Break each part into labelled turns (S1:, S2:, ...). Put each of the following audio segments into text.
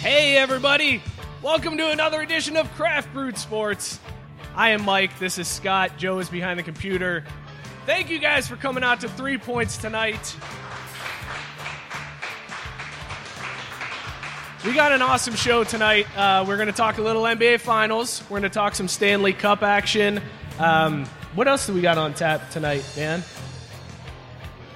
S1: Hey, everybody! Welcome to another edition of Craft Brewed Sports. I am Mike. This is Scott. Joe is behind the computer. Thank you guys for coming out to three points tonight. We got an awesome show tonight. Uh, we're going to talk a little NBA Finals. We're going to talk some Stanley Cup action. Um, what else do we got on tap tonight, man?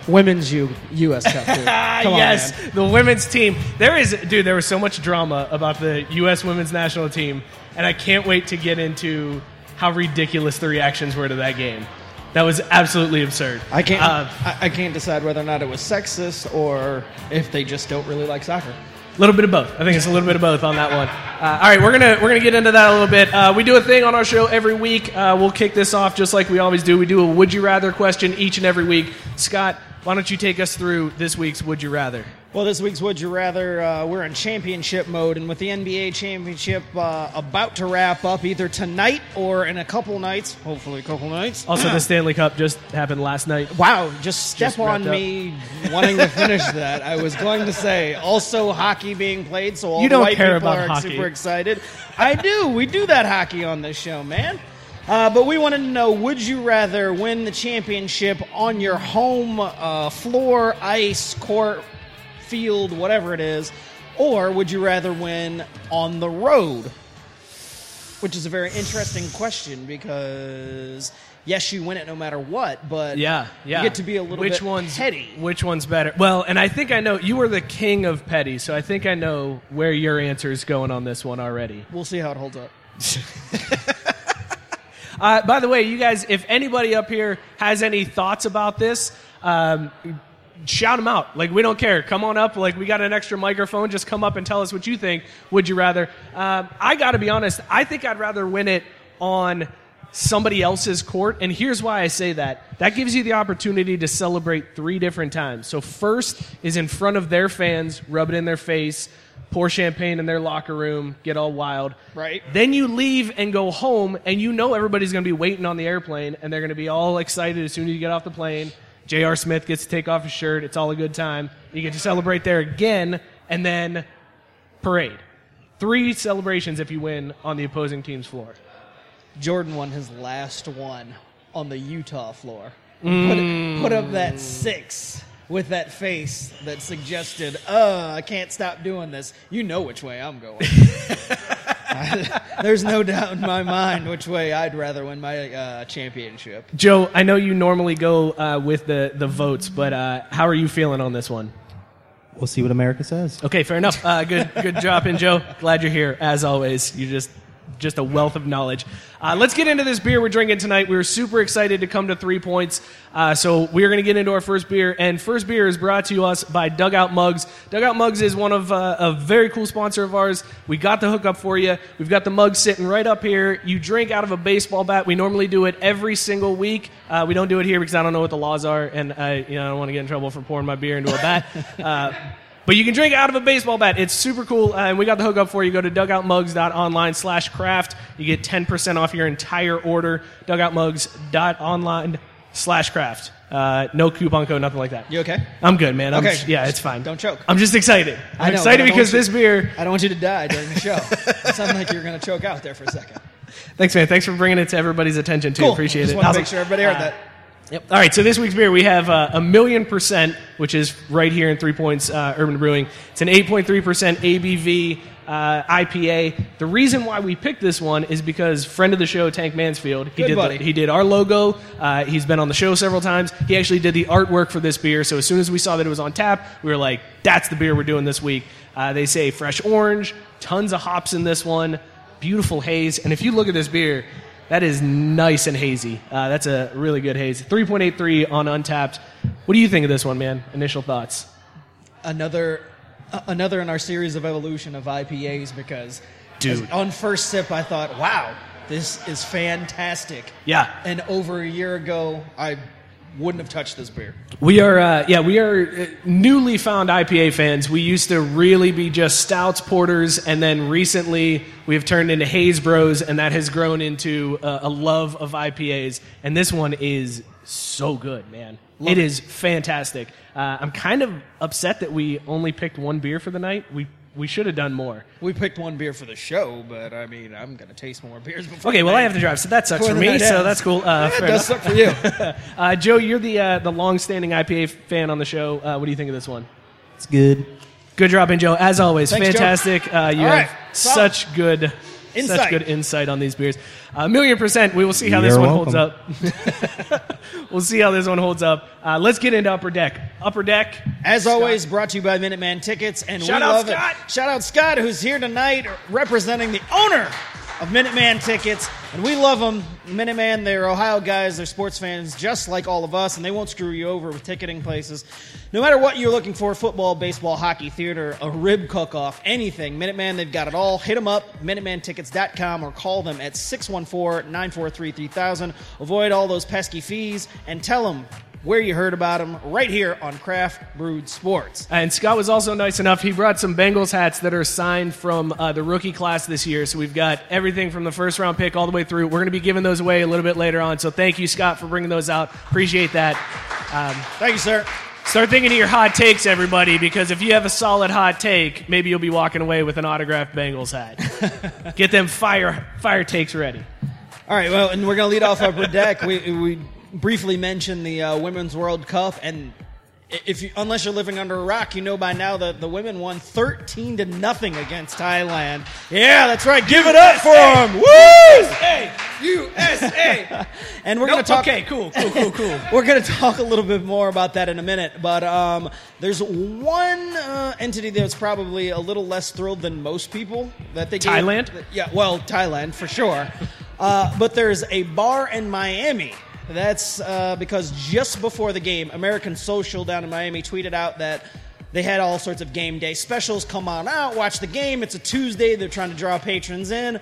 S2: Women's U- U.S. Cup. Dude.
S1: Ah,
S2: Come on,
S1: yes,
S2: man.
S1: the women's team. There is, dude. There was so much drama about the U.S. women's national team, and I can't wait to get into how ridiculous the reactions were to that game. That was absolutely absurd.
S2: I can't.
S1: Uh,
S2: I, I can't decide whether or not it was sexist or if they just don't really like soccer.
S1: A little bit of both. I think it's a little bit of both on that one. Uh, all right, we're gonna we're gonna get into that a little bit. Uh, we do a thing on our show every week. Uh, we'll kick this off just like we always do. We do a would you rather question each and every week. Scott, why don't you take us through this week's would you rather?
S2: Well, this week's Would You Rather, uh, we're in championship mode, and with the NBA championship uh, about to wrap up either tonight or in a couple nights, hopefully a couple nights.
S1: Also, the Stanley Cup just happened last night.
S2: Wow, just step
S1: Just wrapped
S2: on
S1: up.
S2: me wanting to finish that. I was going to say also hockey being played, so all
S1: You
S2: the
S1: don't
S2: white
S1: care
S2: people
S1: about
S2: are
S1: hockey.
S2: super excited. I do. We do that hockey on this show, man. Uh, but we wanted to know: Would you rather win the championship on your home uh, floor, ice court, field, whatever it is, or would you rather win on the road? Which is a very interesting question because yes, you win it no matter what, but
S1: Yeah, yeah.
S2: you get to be a little
S1: which
S2: bit
S1: one's,
S2: petty.
S1: Which one's better? Well, and I think I know you were the king of petty, so I think I know where your answer is going on this one already.
S2: We'll see how it holds up.
S1: Uh, by the way, you guys, if anybody up here has any thoughts about this, um, shout them out. Like we don't care. Come on up. Like we got an extra microphone. Just come up and tell us what you think. Would you rather? Um, I got to be honest. I think I'd rather win it on somebody else's court. And here's why I say that. That gives you the opportunity to celebrate three different times. So first is in front of their fans, rub it in their face. Pour champagne in their locker room, get all wild.
S2: Right.
S1: Then you leave and go home, and you know everybody's going to be waiting on the airplane, and they're going to be all excited as soon as you get off the plane. J.R. Smith gets to take off his shirt. It's all a good time. You get to celebrate there again, and then parade. Three celebrations if you win on the opposing team's floor.
S2: Jordan won his last one on the Utah floor.
S1: Mm.
S2: Put, put up that six with that face that suggested, uh, I can't stop doing this. You know which way I'm going. There's no doubt in my mind which way I'd rather win my uh, championship.
S1: Joe, I know you normally go uh, with the, the votes, but uh, how are you feeling on this one?
S3: We'll see what America says.
S1: Okay, fair enough. Uh, good, good drop in, Joe. Glad you're here, as always. You just, just a wealth of knowledge. Uh, let's get into this beer we're drinking tonight. We were super excited to come to Three Points, uh, so we're going to get into our first beer. And first beer is brought to us by Dugout Mugs. Dugout Mugs is one of uh, a very cool sponsor of ours. We got the hookup for you. We've got the mug sitting right up here. You drink out of a baseball bat. We normally do it every single week. Uh, we don't do it here because I don't know what the laws are, and I, you know, I don't want to get in trouble for pouring my beer into a bat. Uh, But you can drink out of a baseball bat. It's super cool, uh, and we got the hookup for you. Go to dugoutmugs.online slash craft. You get 10% off your entire order. Dugoutmugs.online slash craft. Uh, no coupon code, nothing like that.
S2: You okay?
S1: I'm good, man. I'm
S2: Okay.
S1: just- yeah, it's fine.
S2: Don't choke.
S1: I'm just excited. I'm
S2: I know, but
S1: excited
S2: I don't
S1: because
S2: want
S1: this beer.
S2: I don't want you to die during the show. it sounded like you were going to choke out there for a second.
S1: Thanks, man. Thanks for bringing it to everybody's attention too.
S2: Cool.
S1: Appreciate
S2: Just
S1: it.
S2: wanted to
S1: Awesome.
S2: make sure everybody heard
S1: Uh,
S2: that.
S1: Yep. All right. So this week's beer, we have uh, a million percent, which is right here in Three Points uh, Urban Brewing. It's an 8.3 percent ABV uh, IPA. The reason why we picked this one is because friend of the show, Tank Mansfield, he
S2: Good
S1: did
S2: buddy.
S1: The, he did our logo. Uh, he's been on the show several times. He actually did the artwork for this beer. So as soon as we saw that it was on tap, we were like, "That's the beer we're doing this week." Uh, they say fresh orange, tons of hops in this one, beautiful haze, and if you look at this beer. That is nice and hazy. Uh, that's a really good haze. 3.83 on Untapped. What do you think of this one, man? Initial thoughts.
S2: Another, uh, another in our series of evolution of IPAs because,
S1: Dude.
S2: as- on first sip I thought, wow, this is fantastic.
S1: Yeah.
S2: And over a year ago, I wouldn't have touched this beer.
S1: We are, uh, yeah, we are uh, newly found IPA fans. We used to really be just stouts, porters, and then recently we have turned into haze bros, and that has grown into uh, a love of IPAs. And this one is so good, man. it is fantastic. Uh, I'm kind of upset that we only picked one beer for the night. We we should have done more.
S2: We picked one beer for the show, but I mean, I'm going to taste more beers before.
S1: Okay,
S2: the
S1: well,
S2: night-
S1: I have to drive, so that sucks
S2: before
S1: for
S2: the
S1: me.
S2: night
S1: So
S2: ends.
S1: that's cool.
S2: Yeah,
S1: Uh,
S2: it
S1: fair
S2: does
S1: enough.
S2: suck for you.
S1: Uh, Joe, you're the uh, the long-standing IPA fan on the show. Uh, what do you think of this one?
S3: It's good.
S1: Good job, and Joe. As always,
S2: Thanks, Joe.
S1: fantastic. Uh, you
S2: All
S1: have
S2: right, solid.
S1: such good, such
S2: Insight.
S1: good insight on these beers. A million percent. We will see how this
S3: You're
S1: one
S3: welcome.
S1: holds up. we'll see how this one holds up. Uh, let's get into upper deck. Upper deck.
S2: As always, brought to you by Minuteman Tickets, and
S1: Shout
S2: we
S1: out
S2: love
S1: Scott.
S2: it. Shout out Scott, who's here tonight representing the owner of Minuteman Tickets, and we love them. Minuteman, they're Ohio guys, they're sports fans just like all of us, and they won't screw you over with ticketing places. No matter what you're looking for football, baseball, hockey, theater, a rib cook off, anything Minuteman, they've got it all. Hit them up, MinutemanTickets.com, or call them at 614 943 3000. Avoid all those pesky fees, and tell them where you heard about them right here on Craft Brewed Sports.
S1: And Scott was also nice enough. He brought some Bengals hats that are signed from uh, the rookie class this year. So we've got everything from the first round pick all the way through. We're going to be giving those away a little bit later on. So thank you, Scott, for bringing those out. Appreciate that.
S2: Thank you, sir.
S1: Start thinking of your hot takes, everybody, because if you have a solid hot take, maybe you'll be walking away with an autographed Bengals hat. Get them fire fire takes ready.
S2: All right, well, and we're going to lead off upper deck. We, we briefly mentioned the uh, Women's World Cup, and if you, unless you're living under a rock, you know by now that the women won 13 to nothing against Thailand. Yeah, that's right. Give it up for them. Woo!
S1: USA.
S2: And we're going to talk.
S1: okay, cool, cool, cool, cool.
S2: We're going to talk a little bit more about that in a minute, but um, there's one uh, entity that's probably a little less thrilled than most people that they gave-
S1: Thailand?
S2: yeah, well, Thailand for sure. Uh, but there's a bar in Miami. That's uh, because just before the game, American Social down in Miami tweeted out that they had all sorts of game day specials. Come on out, watch the game. It's a Tuesday. They're trying to draw patrons in.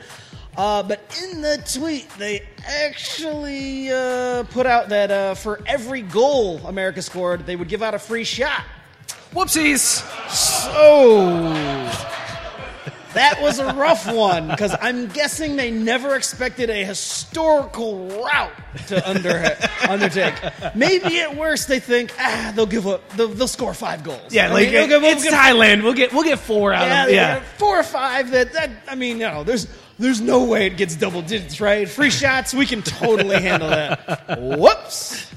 S2: Uh, but in the tweet, they actually uh, put out that uh, for every goal America scored, they would give out a free shot.
S1: Whoopsies. Oh.
S2: So that was a rough one because I'm guessing they never expected a historical route to under, undertake. Maybe at worst they think ah they'll give up they'll, they'll score five goals.
S1: Yeah,
S2: I
S1: like
S2: mean, okay, we'll
S1: it's
S2: give-
S1: Thailand. We'll get we'll get four out
S2: yeah,
S1: of them.
S2: yeah.
S1: Yeah.
S2: four or five. That that I mean, you know, there's there's no way it gets double digits, right? Free shots, we can totally handle that. Whoops.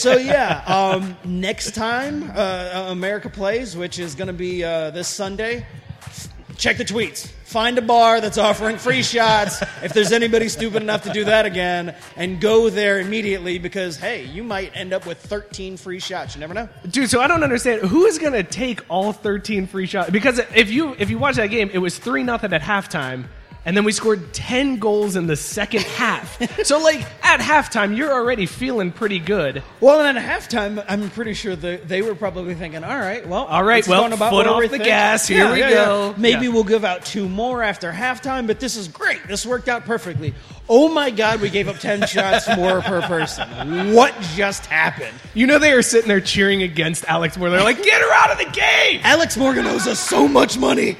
S2: So yeah, um, next time uh, America plays, which is going to be uh, this Sunday. f- Check the tweets. Find a bar that's offering free shots if there's anybody stupid enough to do that again, and go there immediately because hey, you might end up with 13 free shots. You never know.
S1: Dude, so I don't understand who is gonna take all thirteen free shots because if you if you watch that game, it was three nothing at halftime, and then we scored ten goals in the second half. so like at halftime, you're already feeling pretty good.
S2: Well, and then at halftime, I'm pretty sure the, they were probably thinking, "All right, well,
S1: All right,
S2: it's
S1: well,
S2: going about
S1: foot
S2: what
S1: off
S2: we
S1: the
S2: think."
S1: gas, here we go.
S2: Maybe
S1: Yeah.
S2: we'll give out two more after halftime, but this is great. This worked out perfectly. Oh my God, we gave up ten shots more per person. What just happened?
S1: You know they are sitting there cheering against Alex Moore. They're like, get her out of the game.
S2: Alex Morgan owes us so much money.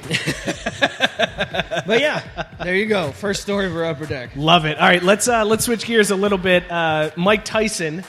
S2: but yeah, there you go. First story for Upper Deck.
S1: Love it. All right, let's uh, let's switch gears a little bit. Uh, Mike Tyson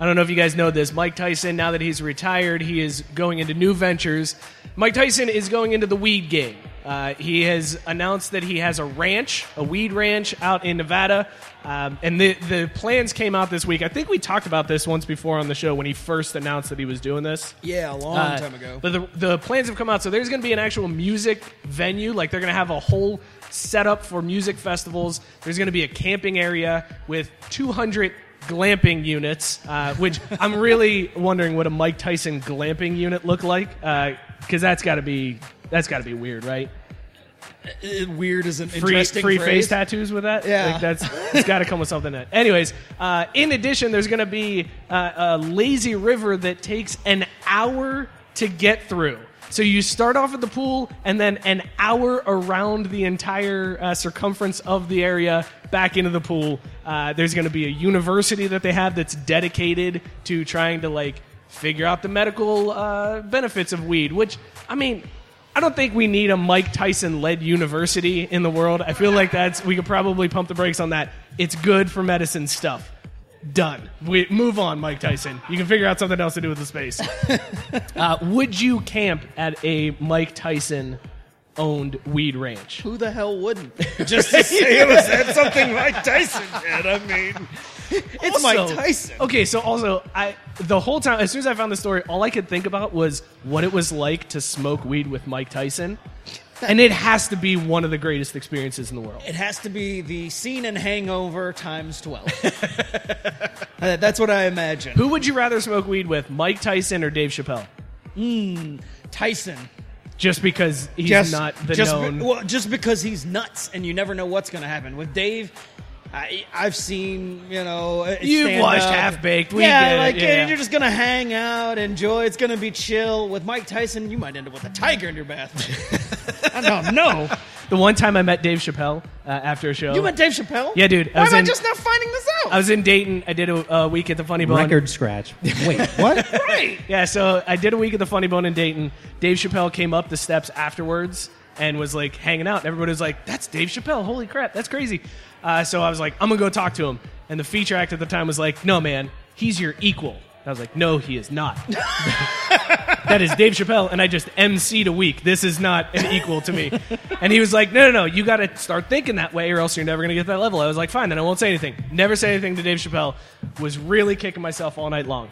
S1: I don't know if you guys know this. Mike Tyson, now that he's retired, he is going into new ventures. Mike Tyson is going into the weed game. Uh, he has announced that he has a ranch, a weed ranch out in Nevada. Um, and the, the plans came out this week. I think we talked about this once before on the show when he first announced that he was doing this.
S2: Yeah, a long
S1: Uh,
S2: time ago.
S1: But the, the plans have come out, so there's going to be an actual music venue. Like they're going to have a whole setup for music festivals. There's going to be a camping area with 200 glamping units, uh, which I'm really wondering what a Mike Tyson glamping unit look like, because that's got to be that's got to be weird, right?
S2: Uh, weird is an
S1: free,
S2: interesting
S1: free
S2: phrase.
S1: face tattoos with that.
S2: Yeah.
S1: like that's it's got to come with something. That, anyways, uh, in addition, there's going to be uh, a lazy river that takes an hour to get through. So you start off at the pool, and then an hour around the entire uh, circumference of the area, back into the pool. Uh, there's going to be a university that they have that's dedicated to trying to like figure out the medical uh, benefits of weed. Which, I mean, I don't think we need a Mike Tyson led university in the world. I feel like that's we could probably pump the brakes on that. It's good for medicine stuff. Done. We move on, Mike Tyson. You can figure out something else to do with the space. uh, would you camp at a Mike Tyson owned weed ranch?
S2: Who the hell wouldn't? Just to say it was that something Mike Tyson did. I mean, it's
S1: Also-
S2: Mike Tyson.
S1: Okay, so also I the whole time as soon as I found the story, all I could think about was what it was like to smoke weed with Mike Tyson. And it has to be one of the greatest experiences in the world.
S2: It has to be the scene in Hangover times twelve. Uh, that's what I imagine.
S1: Who would you rather smoke weed with, Mike Tyson or Dave Chappelle?
S2: Tyson.
S1: Just because he's not the
S2: just
S1: known.
S2: be- well, just because he's nuts, and you never know what's going to happen with Dave. I, I've seen, you know, it
S1: You've
S2: stand
S1: watched
S2: up.
S1: Half-Baked, we
S2: yeah,
S1: get it,
S2: like
S1: yeah.
S2: you're just gonna hang out, enjoy. It's gonna be chill. With Mike Tyson, you might end up with a tiger in your bath. I don't know.
S1: the one time I met Dave Chappelle uh, after a show,
S2: You met Dave Chappelle?
S1: Yeah, dude, I
S2: Why
S1: was
S2: am I
S1: in-
S2: just now finding this out?
S1: I was in Dayton. I did a uh, week at the Funny Bone.
S3: Record scratch. Wait, what?
S2: right.
S1: Yeah, so I did a week at the Funny Bone in Dayton. Dave Chappelle came up the steps afterwards and was like hanging out. Everybody was like, "That's Dave Chappelle! Holy crap, that's crazy!" Uh, so I was like, "I'm gonna go talk to him." And the feature act at the time was like, "No, man, he's your equal." I was like, "No, he is not." that is Dave Chappelle, and I just MC'd a week. This is not an equal to me. And he was like, No, no, no, you got to start thinking that way, or else you're never going to get that level. I was like, Fine, then I won't say anything. Never say anything to Dave Chappelle. Was really kicking myself all night long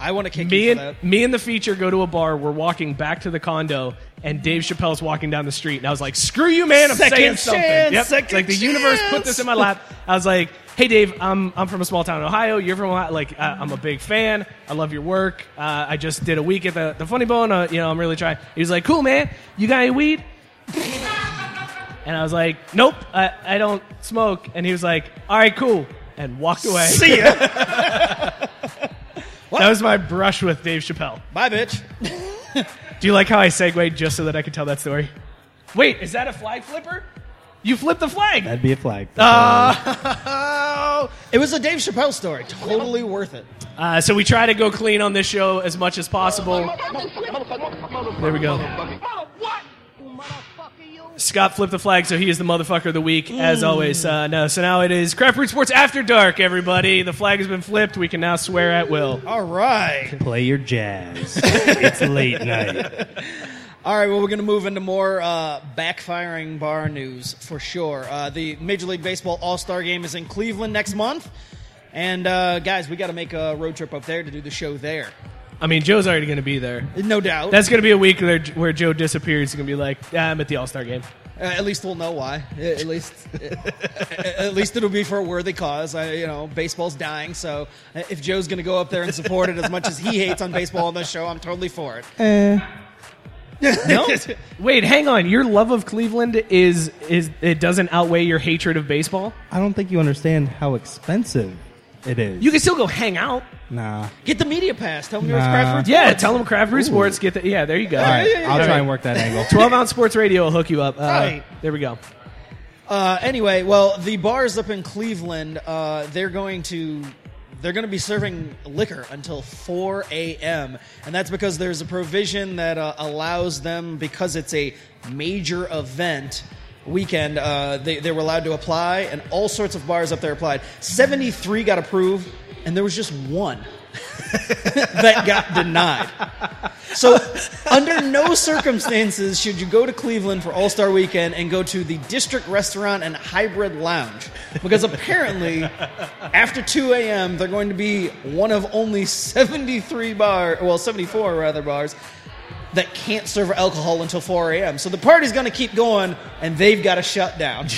S2: I want to kick
S1: me
S2: you for
S1: and
S2: that.
S1: me and the feature go to a bar. We're walking back to the condo, and Dave Chappelle's walking down the street, and I was like, "Screw you, man! I'm
S2: Second
S1: saying something."
S2: chance,
S1: Yep.
S2: second
S1: like the universe put
S2: chance.
S1: this in my lap. I was like, "Hey, Dave, I'm I'm from a small town in Ohio. You're from Ohio. like uh, I'm a big fan. I love your work. Uh, I just did a week at the the Funny Bone. Uh, you know, I'm really trying." He was like, "Cool, man. You got any weed?" And I was like, "Nope, I, I don't smoke." And he was like, "All right, cool," and walked away.
S2: See ya.
S1: That was my brush with Dave Chappelle.
S2: Bye, bitch.
S1: Do you like how I segued just so that I could tell that story? Wait, is that a flag flipper? You flipped the flag.
S3: That'd be a flag.
S1: Ah.
S3: Um,
S1: Oh.
S2: It was a Dave Chappelle story. Totally worth it.
S1: Uh, so we try to go clean on this show as much as possible. There we go. Scott flipped the flag, so he is the motherfucker of the week, as always. Uh, no, so now it is Craft Root Sports After Dark, everybody. The flag has been flipped. We can now swear at will.
S2: All right.
S3: Play your jazz. it's late night.
S2: All right, well, we're going to move into more uh, backfiring bar news for sure. Uh, the Major League Baseball All Star Game is in Cleveland next month. And, uh, guys, we got to make a road trip up there to do the show there.
S1: I mean, Joe's already going to be there.
S2: No doubt.
S1: That's going to be a week where, where Joe disappears. He's going to be like, "Ah, I'm at the All Star game.
S2: Uh, at least we'll know why. At least, at least it'll be for a worthy cause. I, you know, baseball's dying, so uh, if Joe's going to go up there and support it as much as he hates on baseball on this show, I'm totally for it. Eh.
S1: No. Wait, hang on. Your love of Cleveland is is it doesn't outweigh your hatred of baseball?
S3: I don't think you understand how expensive it is.
S1: You can still go hang out.
S3: nah.
S2: Get the media pass. Tell them you're a
S3: Nah.
S2: Crawford.
S1: Yeah, tell them Craft Brew Sports. Get the yeah. There you go.
S3: All right, I'll
S1: All
S3: try
S1: right.
S3: and work that angle.
S1: Twelve ounce sports radio will hook you up. Uh,
S2: Right.
S1: There we go.
S2: Uh, anyway, well, the bars up in Cleveland, uh, they're going to they're going to be serving liquor until 4 a.m. and that's because there's a provision that uh, allows them because it's a major event weekend. Uh, they they were allowed to apply, and all sorts of bars up there applied. 73 got approved, and there was just one. that got denied. So, under no circumstances should you go to Cleveland for All Star Weekend and go to the District Restaurant and Hybrid Lounge. Because apparently, after 2 a.m., they're going to be one of only 73 bar, well, 74 rather, bars that can't serve alcohol until 4 a.m. So the party's going to keep going, and they've got to shut down.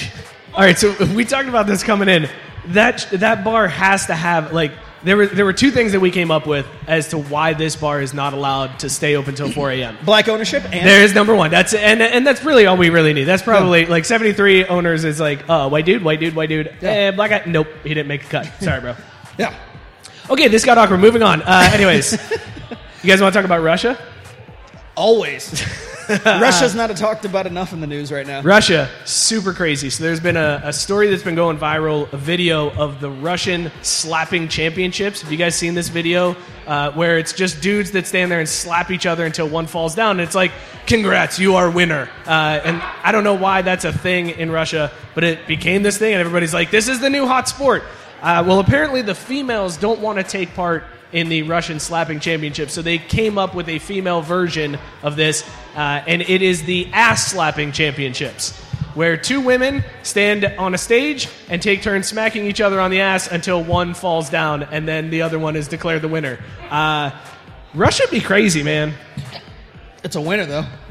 S1: All right, so we talked about this coming in. That that bar has to have like there were there were two things that we came up with as to why this bar is not allowed to stay open till 4 a.m.
S2: Black ownership and
S1: There is number one. That's and and that's really all we really need. That's probably like 73 owners is like, uh, white dude, white dude, white dude.
S2: Yeah.
S1: Eh, black guy. Nope, he didn't make a cut. Sorry, bro.
S2: yeah.
S1: Okay, this got awkward. Moving on. Uh, anyways, you guys want to talk about Russia?
S2: Always. Russia's not talked about enough in the news right now.
S1: Russia, super crazy. So there's been a, a story that's been going viral, a video of the Russian slapping championships. Have you guys seen this video uh, where it's just dudes that stand there and slap each other until one falls down? And it's like, congrats, you are winner. Uh, and I don't know why that's a thing in Russia, but it became this thing, and everybody's like, this is the new hot sport. Uh, well, apparently the females don't want to take part in the Russian slapping championship, so they came up with a female version of this, uh, and it is the ass slapping championships, where two women stand on a stage and take turns smacking each other on the ass until one falls down, and then the other one is declared the winner. Uh, Russia be crazy, man.
S2: It's a winner, though.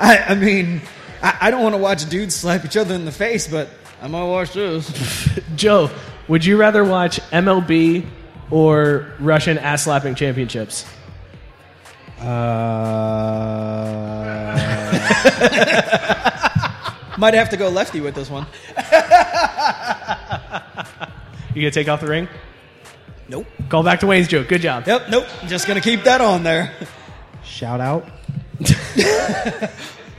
S2: I, I mean, I, I don't want to watch dudes slap each other in the face, but I'm going to watch this.
S1: Joe, would you rather watch MLB or Russian ass slapping championships?
S3: Uh,
S2: Might have to go lefty with this one.
S1: You gonna take off the ring?
S2: Nope.
S1: Call back to Wayne's joke. Good job.
S2: Yep, nope. Just going to keep that on there.
S3: shout out.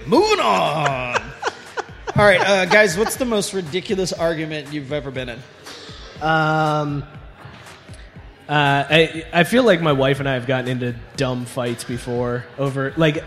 S2: Moving on. All right, uh, guys, what's the most ridiculous argument you've ever been in?
S1: Um, uh, I I feel like my wife and I have gotten into dumb fights before over like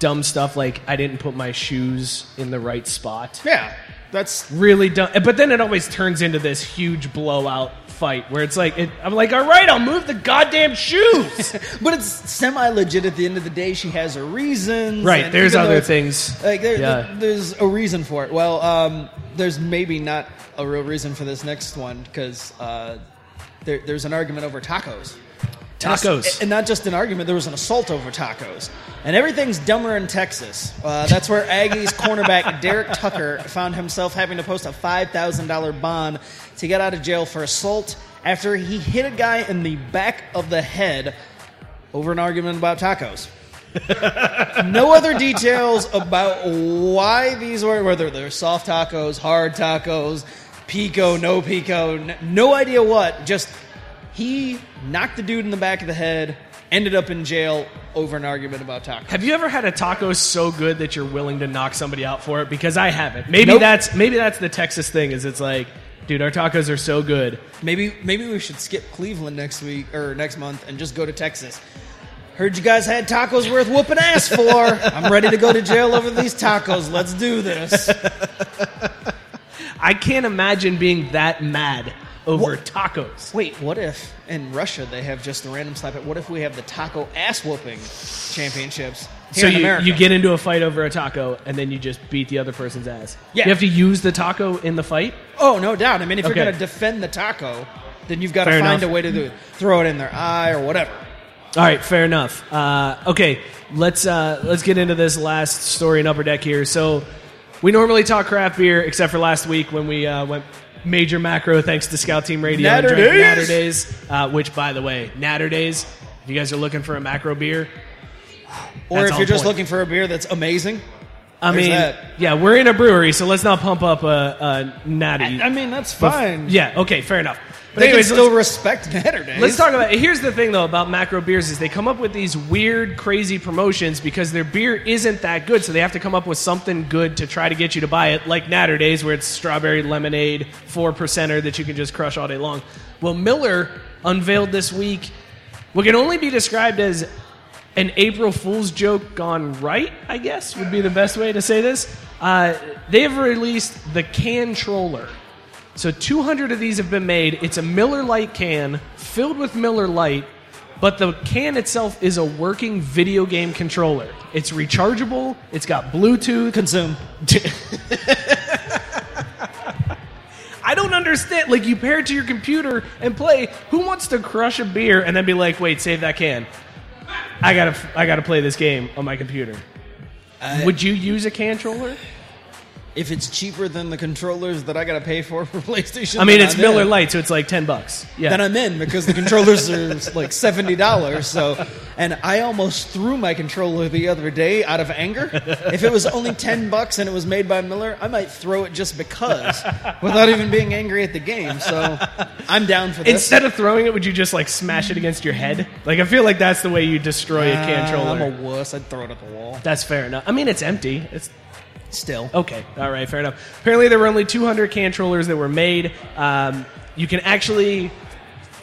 S1: dumb stuff like I didn't put my shoes in the right spot.
S2: Yeah, that's.
S1: Really dumb. But then it always turns into this huge blowout fight where it's like it, I'm like, all right, I'll move the goddamn shoes.
S2: But it's semi legit at the end of the day. She has her reasons.
S1: right.
S2: and,
S1: There's
S2: you know,
S1: other
S2: it's-
S1: things.
S2: Like there,
S1: Yeah.
S2: there- there's a reason for it. Well, um, there's maybe not a real reason for this next one because uh, there, there's an argument over tacos. And,
S1: Tacos.
S2: it's- and not just an argument. There was an assault over tacos, and everything's dumber in Texas. Uh, that's where Aggies cornerback Derek Tucker found himself having to post a five thousand dollar bond to get out of jail for assault after he hit a guy in the back of the head over an argument about tacos. no other details about why these were, whether they're soft tacos, hard tacos, pico, no pico, n- no idea what. Just he knocked the dude in the back of the head, ended up in jail over an argument about tacos.
S1: Have you ever had a taco so good that you're willing to knock somebody out for it? Because I haven't. Maybe
S2: Nope.
S1: that's maybe that's the Texas thing. Is it's like, dude, our tacos are so good.
S2: Maybe maybe we should skip Cleveland next week or next month and just go to Texas. Heard you guys had tacos worth whooping ass for. I'm ready to go to jail over these tacos. Let's do this.
S1: I can't imagine being that mad over
S2: What?
S1: tacos.
S2: Wait, what if in Russia they have just a random slap? At, what if we have the taco ass whooping championships here
S1: so
S2: in
S1: you,
S2: America?
S1: you get into a fight over a taco and then you just beat the other person's ass.
S2: Yeah.
S1: You have to use the taco in the fight.
S2: oh no doubt. I mean, if
S1: Okay.
S2: you're going to defend the taco, then you've got to
S1: Fair
S2: find
S1: enough.
S2: a way to do it. Throw it in their eye or whatever.
S1: All right, fair enough. Uh, okay, let's uh, let's get into this last story in Upper Deck here. So we normally talk craft beer, except for last week when we uh, went major macro thanks to Scout Team Radio. and drank
S2: Natter
S1: Natter
S2: Days!
S1: Days, uh, which by the way, Natter Days. If you guys are looking for a macro beer,
S2: Or
S1: That's
S2: if
S1: on
S2: you're just
S1: point.
S2: looking for a beer that's amazing.
S1: I
S2: There's
S1: mean,
S2: that.
S1: yeah, we're in a brewery, so let's not pump up a, a natty.
S2: I mean, that's
S1: But-
S2: fine.
S1: yeah, okay, fair enough. But
S2: They
S1: anyways,
S2: can still
S1: let's-
S2: respect better days.
S1: Let's talk about. Here's the thing though about macro beers is they come up with these weird, crazy promotions because their beer isn't that good, so they have to come up with something good to try to get you to buy it. Like Natter Days, where it's strawberry lemonade four percenter that you can just crush all day long. Well, Miller unveiled this week what can only be described as an April Fool's joke gone right. I guess would be the best way to say this. Uh, they have released the Can Troller So 200 of these have been made. It's a Miller Lite can filled with Miller Lite, but the can itself is a working video game controller. It's rechargeable. It's got Bluetooth.
S2: Consume.
S1: I don't understand. Like you pair it to your computer and play. Who wants to crush a beer and then be like, "Wait, save that can." I gotta, I gotta play this game on my computer. Would you use a controller?
S2: If it's cheaper than the controllers that I gotta pay for for PlayStation,
S1: I mean,
S2: then
S1: it's
S2: I'm
S1: Miller
S2: in.
S1: Lite, so it's like ten bucks. Yeah.
S2: Then I'm in because the controllers are like seventy dollars. So, and I almost threw my controller the other day out of anger. If it was only ten bucks and it was made by Miller, I might throw it just because, without even being angry at the game. So, I'm down for this.
S1: Instead of throwing it, would you just like smash it against your head? Like I feel like that's the way you destroy a
S2: Uh,
S1: controller.
S2: I'm a wuss. I'd throw it at the wall.
S1: that's fair enough. I mean, it's empty. It's
S2: Still,
S1: Okay, all right, fair enough. Apparently, there were only 200 controllers that were made. Um, you can actually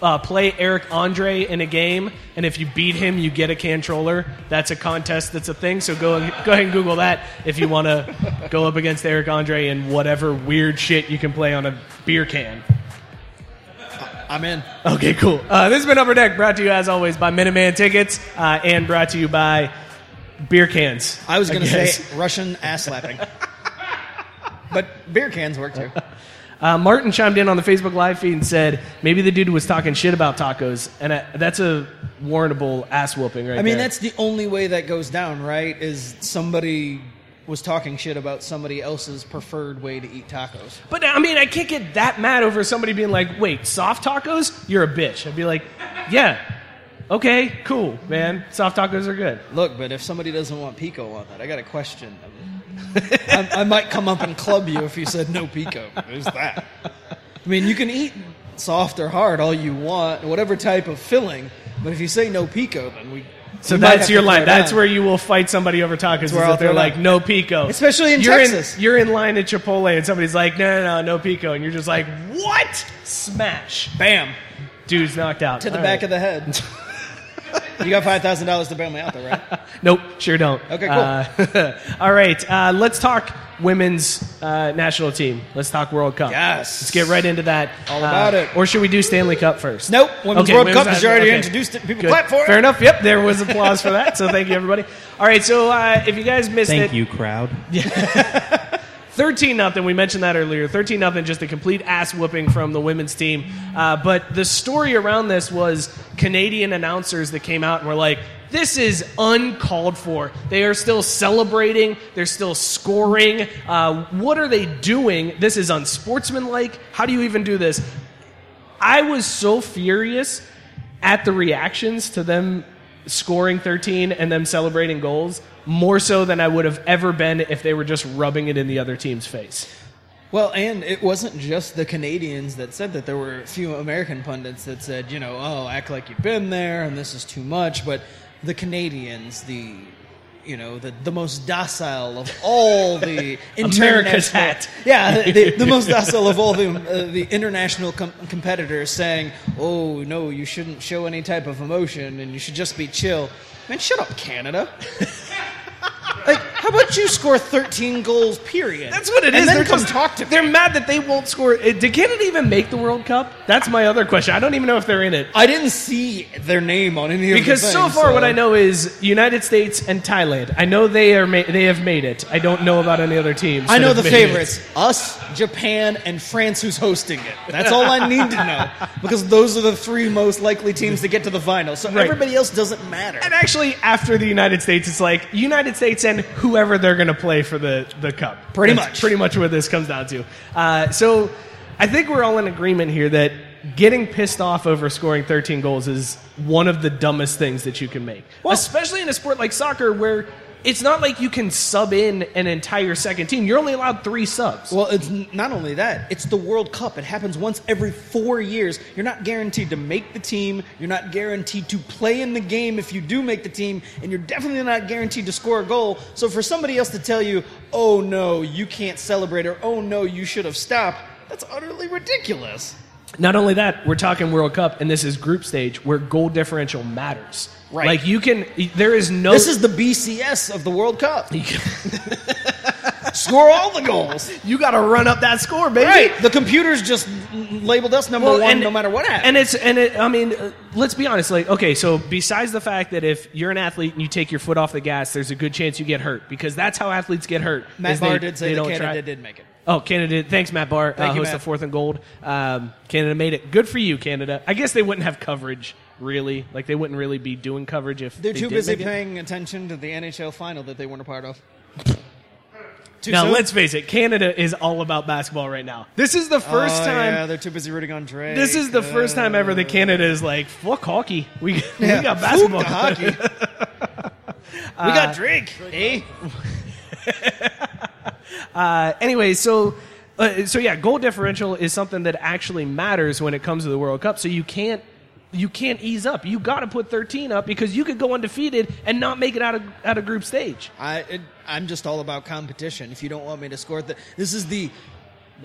S1: uh, play Eric Andre in a game, and if you beat him, you get a controller. That's a contest. That's a thing. So go and, go ahead and Google that if you want to go up against Eric Andre and whatever weird shit you can play on a beer can.
S2: I'm in.
S1: Okay, cool. Uh, this has been Upper Deck, brought to you as always by Minuteman Tickets, uh, and brought to you by beer cans.
S2: I was gonna
S1: guess.
S2: say Russian ass slapping, but beer cans work too.
S1: Uh, Martin chimed in on the Facebook live feed and said maybe the dude was talking shit about tacos, and I, that's a warrantable ass whooping, right?
S2: I mean,
S1: there.
S2: that's the only way that goes down, right? Is somebody was talking shit about somebody else's preferred way to eat tacos.
S1: But I mean, I can't get that mad over somebody being like, "Wait, soft tacos? You're a bitch." I'd be like, "Yeah, okay, cool, man. Soft tacos are good."
S2: Look, but if somebody doesn't want pico on that, I got a question. I, I might come up and club you if you said no pico. There's that. I mean, you can eat soft or hard all you want, whatever type of filling, but if you say no pico, then we.
S1: So
S2: we might have
S1: that's
S2: to
S1: your
S2: throw
S1: line.
S2: it
S1: That's
S2: down.
S1: where you will fight somebody over tacos. Is
S2: where I'll
S1: if they're
S2: throw it
S1: like,
S2: out.
S1: "No pico,"
S2: Especially in
S1: you're
S2: Texas.
S1: you're in line at Chipotle, and somebody's like, "No, no, no, no pico," and you're just like, "What? Smash!"
S2: Bam!
S1: Dude's knocked out
S2: To the
S1: All right.
S2: back of the head. you got $5,000 to bail me out, though, right?
S1: Nope, sure don't.
S2: Okay, cool.
S1: Uh, all right, uh, let's talk women's uh, national team. Let's talk World Cup.
S2: Yes.
S1: Let's get right into that. Uh,
S2: All about it.
S1: Or should we do Stanley Cup first?
S2: Nope, Women's World Cup, 'cause you
S1: national-
S2: already introduced it. People clap for it.
S1: Fair enough. Yep, there was applause for that. So thank you, everybody. All right, so uh, if you guys missed
S3: Thank
S1: it,
S3: you, crowd.
S1: 13 nothing. We mentioned that earlier. 13 nothing, just a complete ass whooping from the women's team. Uh, but the story around this was Canadian announcers that came out and were like, this is uncalled for. They are still celebrating. They're still scoring. Uh, what are they doing? This is unsportsmanlike. How do you even do this? I was so furious at the reactions to them scoring 13 and them celebrating goals more so than I would have ever been if they were just rubbing it in the other team's face.
S2: Well, and it wasn't just the Canadians that said that. There were a few American pundits that said, you know, oh, act like you've been there and this is too much. But the Canadians, the, you know, the, the most docile of all the
S1: America's
S2: international-
S1: hat.
S2: Yeah, the, the, the most docile of all the, uh, the international com- competitors saying, oh, no, you shouldn't show any type of emotion and you should just be chill. Man, shut up, Canada. Like, how about you score 13 goals, period?
S1: That's what it
S2: And
S1: is.
S2: then
S1: They're
S2: come
S1: just
S2: talk to me.
S1: They're mad that they won't score. Uh, Did Canada even make the World Cup? That's my other question. I don't even know if they're in it.
S2: I didn't see their name on any of the
S1: Because so
S2: things,
S1: far, what I know is United States and Thailand. I know they are ma- they have made it. I don't know about any other teams. that
S2: I know
S1: have
S2: the
S1: made it.
S2: favorites: us, Japan, and France. Who's hosting it? That's all I need to know because those are the three most likely teams to get to the final. So
S1: Right.
S2: everybody else doesn't matter.
S1: And actually, after the United States, it's like United States and whoever they're going to play for the, the cup.
S2: Pretty
S1: That's
S2: much.
S1: Pretty much what this comes down to. Uh, so I think we're all in agreement here that getting pissed off over scoring 13 goals is one of the dumbest things that you can make. Especially in a sport like soccer where it's not like you can sub in an entire second team. You're only allowed three subs.
S2: Well, it's n- not only that, it's the World Cup. It happens once every four years. You're not guaranteed to make the team. You're not guaranteed to play in the game if you do make the team. And you're definitely not guaranteed to score a goal. So for somebody else to tell you, oh no, you can't celebrate, or oh no, you should have stopped, that's utterly ridiculous.
S1: Not only that, we're talking World Cup, and this is group stage where goal differential matters.
S2: Right.
S1: Like you can, there is no.
S2: This is the BCS of the World Cup. Score all the goals.
S1: You got to run up that score, baby.
S2: Right. The computers just labeled us number
S1: Well,
S2: one
S1: and-
S2: no matter what happens.
S1: And it's and it, I mean, uh, let's be honest. Like, okay, so besides the fact that if you're an athlete and you take your foot off the gas, there's a good chance you get hurt because that's how athletes get hurt.
S2: Matt
S1: is they-
S2: Barr did say
S1: they
S2: that
S1: don't
S2: Canada
S1: try-
S2: did make it.
S1: Oh, Canada! did. Thanks, Matt Barr.
S2: Thank
S1: uh,
S2: you,
S1: host
S2: Matt.
S1: of Fourth and Gold. Um, Canada made it. Good for you, Canada. I guess they wouldn't have coverage really. Like they wouldn't really be doing coverage if
S2: They're
S1: they
S2: too
S1: did
S2: busy
S1: make it.
S2: paying attention to the NHL final that they weren't a part of. Too
S1: Now
S2: soon?
S1: let's face it, Canada is all about basketball right now. This is the first
S2: Oh,
S1: time.
S2: Yeah, they're too busy rooting on Drake. Uh,
S1: This is the first time ever that Canada is like, fuck hockey. We, we got basketball. Uh,
S2: Fuck the hockey. we got Drake. Eh?
S1: anyway, so uh, so yeah, goal differential is something that actually matters when it comes to the World Cup. So you can't you can't ease up. You got to put 13 up because you could go undefeated and not make it out of out of group stage.
S2: I it, I'm just all about competition. If you don't want me to score, the, this is the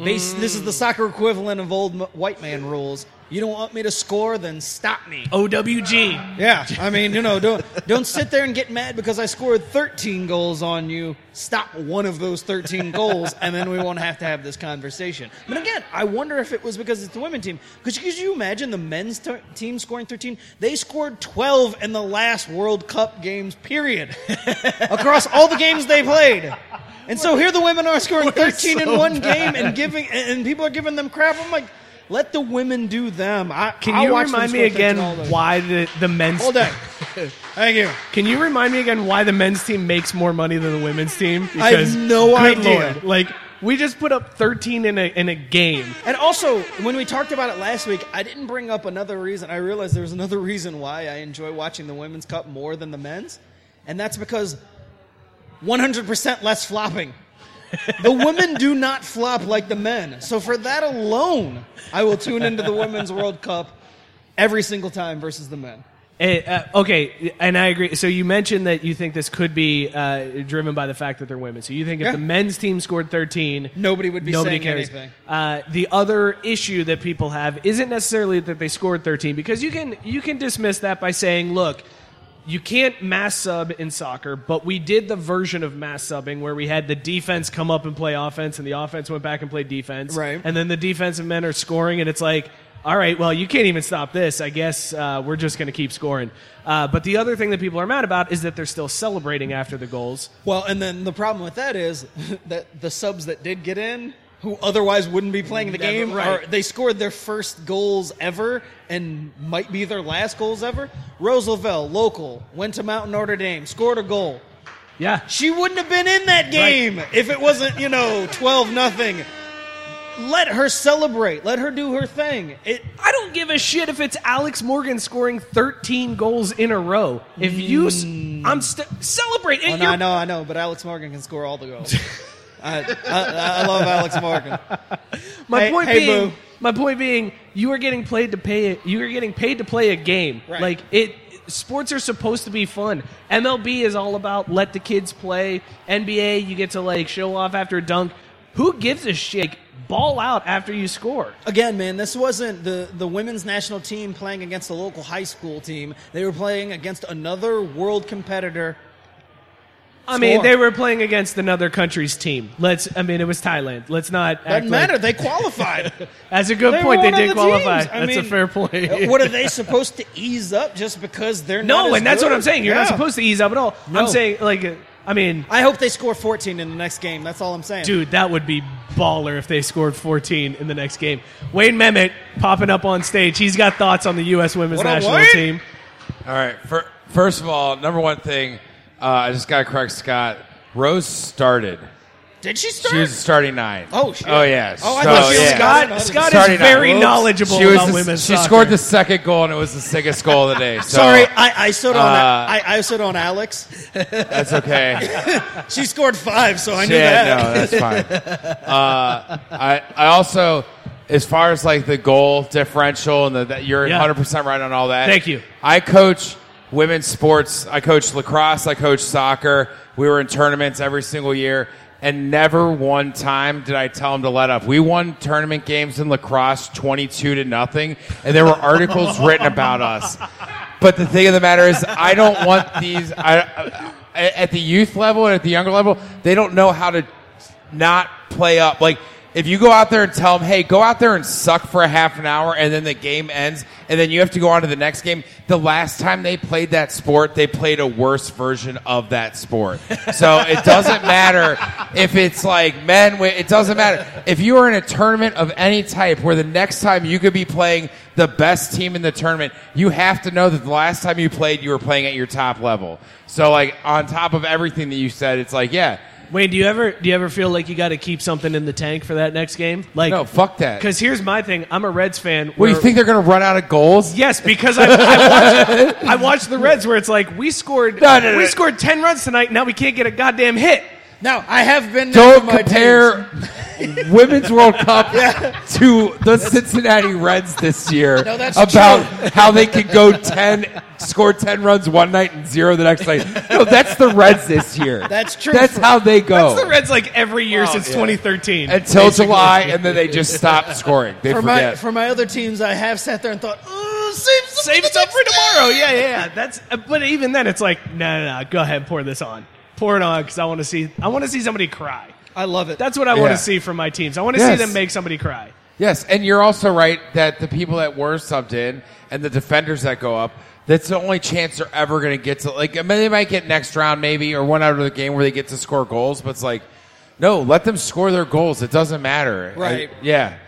S2: base. This is
S1: Mm.
S2: the soccer equivalent of old m- white man rules. You don't want me to score, then stop me.
S1: OWG.
S2: Yeah, I mean, you know, don't don't sit there and get mad because I scored 13 goals on you. Stop one of those 13 goals, and then we won't have to have this conversation. But again, I wonder if it was because it's the women team. Because could you imagine the men's t- team scoring 13? They scored 12 in the last World Cup games. Period, across all the games they played. And so here the women are scoring 13 in one game and giving, and and people are giving them crap. I'm like. Let the women do them. I,
S1: Can
S2: I'll
S1: you
S2: watch them
S1: remind me
S2: score 13 all
S1: again
S2: day.
S1: why the, the men's
S2: All day. Thank you.
S1: Can you remind me again why the men's team makes more money than the women's team?
S2: I have no
S1: good
S2: idea.
S1: Lord, like we just put up 13 in a in a game.
S2: And also, when we talked about it last week, I didn't bring up another reason. I realized there was another reason why I enjoy watching the Women's Cup more than the men's, and that's because 100% less flopping. the women do not flop like the men. So for that alone, I will tune into the Women's World Cup every single time versus the men.
S1: Eh, uh, okay, and I agree. So you mentioned that you think this could be uh, driven by the fact that they're women. So you think if
S2: Yeah.
S1: the men's team scored 13,
S2: Nobody would be
S1: nobody
S2: saying
S1: cares.
S2: anything.
S1: Uh, the other issue that people have isn't necessarily that they scored 13 because you can you can dismiss that by saying, look. You can't mass sub in soccer, but we did the version of mass subbing where we had the defense come up and play offense, and the offense went back and played defense.
S2: Right.
S1: And then the defensive men are scoring, and it's like, all right, well, you can't even stop this. I guess uh, we're just going to keep scoring. Uh, but the other thing that people are mad about is that they're still celebrating after the goals.
S2: Well, and then the problem with that is that the subs that did get in, who otherwise wouldn't be playing the
S1: Never-
S2: game,
S1: right.
S2: are, they scored their first goals ever and might be their last goals ever. Roosevelt, local, went to Mount Notre Dame, scored a goal.
S1: Yeah.
S2: She wouldn't have been in that game if it wasn't, you know, 12 nothing. Let her celebrate. Let her do her thing. It,
S1: I don't give a shit if it's Alex Morgan scoring 13 goals in a row. If you, s- I'm st- celebrate.
S2: Hmm. oh,
S1: And
S2: no, I
S1: you're-
S2: know, I know, but Alex Morgan can score all the goals. I, I, I love Alex Morgan.
S1: My
S2: Hey-
S1: point
S2: hey,
S1: being,
S2: boo.
S1: my point being, you are getting played to pay. You are getting paid to play a game.
S2: Right.
S1: Like it, sports are supposed to be fun. MLB is all about let the kids play. NBA, you get to like show off after a dunk. Who gives a shit? Like, ball out after you score.
S2: Again, man, this wasn't the, the women's national team playing against a local high school team. They were playing against another world competitor.
S1: I mean,
S2: Score.
S1: they were playing against another country's team. Let's. I mean, it was Thailand. Let's not. act
S2: Doesn't
S1: like-
S2: matter. They qualified.
S1: That's a good
S2: They were
S1: point. They
S2: one of
S1: did
S2: the
S1: qualify.
S2: teams. I
S1: That's a
S2: mean,
S1: fair
S4: Uh,
S1: point.
S2: what are they supposed to ease up just because they're not?
S1: no,
S2: as
S1: and that's
S2: good?
S1: what I'm saying. You're not
S2: Yeah.
S1: supposed to ease up at all. I'm
S2: No.
S1: saying like. I mean,
S2: I hope they score 14 in the next game. That's all I'm saying.
S1: Dude, that would be baller if they scored 14 in the next game. Wayne Mehmet popping up on stage. He's got thoughts on the U.S. women's
S2: What up,
S1: national
S2: Wayne?
S1: team.
S4: All right. Fir first of all, number one thing, uh, I just got to correct Scott. Rose started.
S2: did she start?
S4: She was the starting nine.
S2: Oh, shit.
S4: Oh yeah.
S2: Oh, I
S4: So,
S2: thought she was
S4: yeah.
S2: Scott-
S1: Scott, Scott
S4: Starting
S1: is very
S4: nine.
S1: knowledgeable
S4: She was
S1: about
S4: the-
S1: women's
S4: She
S1: soccer.
S4: scored the second goal, and it was the sickest goal of the day. So
S2: Sorry, I, I stood on
S4: Uh,
S2: I, I stood on Alex.
S4: that's okay.
S2: She scored five, so Oh, I knew
S4: Yeah,
S2: that.
S4: No, that's fine. uh, I I also, as far as like the goal differential and the, that you're
S1: Yeah.
S4: 100 percent right on all that.
S1: Thank you.
S4: I coach women's sports. I coach lacrosse. I coach soccer. We were in tournaments every single year. And never one time did I tell them to let up. We won tournament games in lacrosse 22 to nothing, and there were articles written about us. But the thing of the matter is, I don't want these. I, I- at the youth level and at the younger level, they don't know how to not play up. Like if you go out there and tell them, hey, go out there and suck for a half an hour, and then the game ends, and then you have to go on to the next game. The last time they played that sport, they played a worse version of that sport. So it doesn't matter if it's like men. wi- It doesn't matter if you are in a tournament of any type where the next time you could be playing the best team in the tournament, you have to know that the last time you played, you were playing at your top level. So like on top of everything that you said, it's like yeah.
S1: Wayne, do you ever do you ever feel like you got to keep something in the tank for that next game? Like,
S4: No, fuck that.
S1: Because here's my thing: I'm a Reds fan.
S4: What, you
S1: where-
S4: think they're going to run out of goals?
S1: Yes, because I, I, watched, I watched the Reds where it's like we scored
S4: No, no, no.
S1: we scored ten runs tonight. Now we can't get a goddamn hit.
S2: No, I have been. there
S4: Don't
S2: with my teams.
S4: compare Women's World Cup to the Cincinnati Reds this year
S2: No, that's
S4: about how they could go 10, score 10 runs one night and zero the next night. No, that's the Reds this year.
S2: That's true.
S4: That's how they go
S1: That's the Reds like every year since 2013.
S4: until July, and then they just stop scoring. They
S2: For
S4: forget.
S2: my for my other teams, I have sat there and thought, "Ooh, save some
S1: Save
S2: for
S1: stuff for
S2: next
S1: tomorrow.
S2: day."
S1: Yeah, yeah, yeah. That's uh, but even then it's like no, no, no. Go ahead, pour this on, pour it on because I want to see I want to see somebody cry.
S2: I love it.
S1: That's what I want
S4: Yeah.
S1: to see from my teams. I want to
S4: Yes.
S1: see them make somebody cry.
S4: Yes, and you're also right that the people that were subbed in and the defenders that go up, that's the only chance they're ever going to get to. Like, I mean, they might get next round maybe or one out of the game where they get to score goals, but it's like, no, let them score their goals. It doesn't matter.
S2: Right.
S4: I- yeah.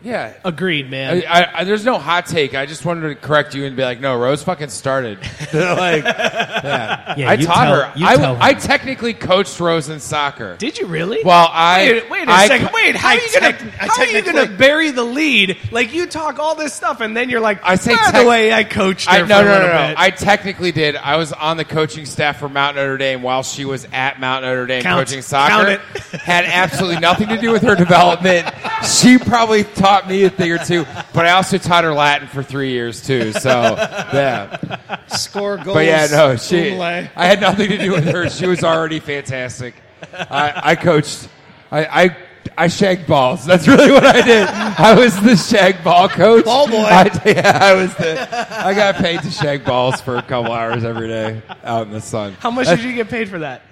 S4: Yeah.
S1: Agreed, man.
S4: I, I, I, there's no hot take. I just wanted to correct you and be like, no, Rose fucking started. They're like, yeah.
S3: Yeah,
S4: I
S3: you
S4: taught
S3: tell-
S4: her.
S3: you
S4: I,
S3: tell her.
S4: I technically coached Rose in soccer.
S1: Did you really?
S4: Well, I-
S1: wait, wait a
S4: I-
S1: second. Wait, how
S2: I
S1: are you gonna
S2: techni-
S1: how
S2: I
S1: are you gonna
S2: technically-
S1: bury the lead? Like you talk all this stuff, and then you're like,
S4: I say
S1: by
S4: tech-
S1: the way, I coached her
S4: I,
S1: for
S4: no,
S1: a
S4: no, no,
S1: little
S4: no.
S1: bit.
S4: I technically did. I was on the coaching staff for Mount Notre Dame while she was at Mount Notre Dame
S1: Count.
S4: coaching soccer.
S1: Count it.
S4: Had absolutely nothing to do with her development. She probably taught me a thing or two, but I also taught her Latin for three years too. So yeah,
S2: Score goals.
S4: but yeah, no, she.
S2: Umlay.
S4: I had nothing to do with her. She was already fantastic. I, I coached. I. I I shagged balls. That's really what I did. I was the shag ball coach.
S2: Ball boy.
S4: I, yeah, I was the. I got paid to shag balls for a couple hours every day out in the sun.
S1: how much did you get paid for that?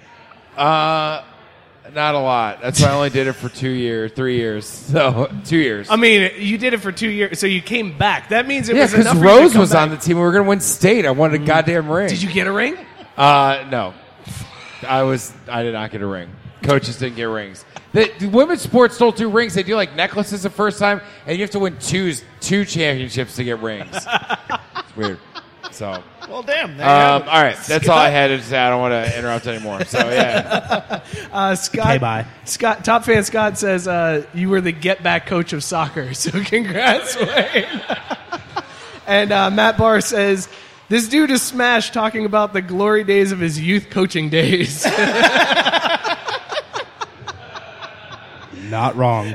S4: Uh, not a lot. That's why I only did it for two years, three years. So two years.
S1: I mean, you did it for two years, so you came back. That means it
S4: yeah,
S1: was enough.
S4: because
S1: for you to
S4: Rose
S1: come
S4: was
S1: back. Mm-hmm.
S4: on the team. We were going to win state. I wanted a goddamn ring.
S1: Did you get a ring?
S4: Uh, no, I was. I did not get a ring. Coaches didn't get rings. The, the women's sports don't do rings. They do like necklaces the first time, and you have to win two two championships to get rings. it's weird. So, um,
S2: Well, damn. there you
S4: all
S2: have it.
S4: right, that's all I had to say. I don't want to interrupt anymore. So yeah,
S1: Uh, Scott,
S3: Okay, bye.
S1: Scott, top fan Scott says uh, you were the get back coach of soccer. So congrats, Wayne. and uh, Matt Barr says this dude is smashed talking about the glory days of his youth coaching days.
S3: Not wrong.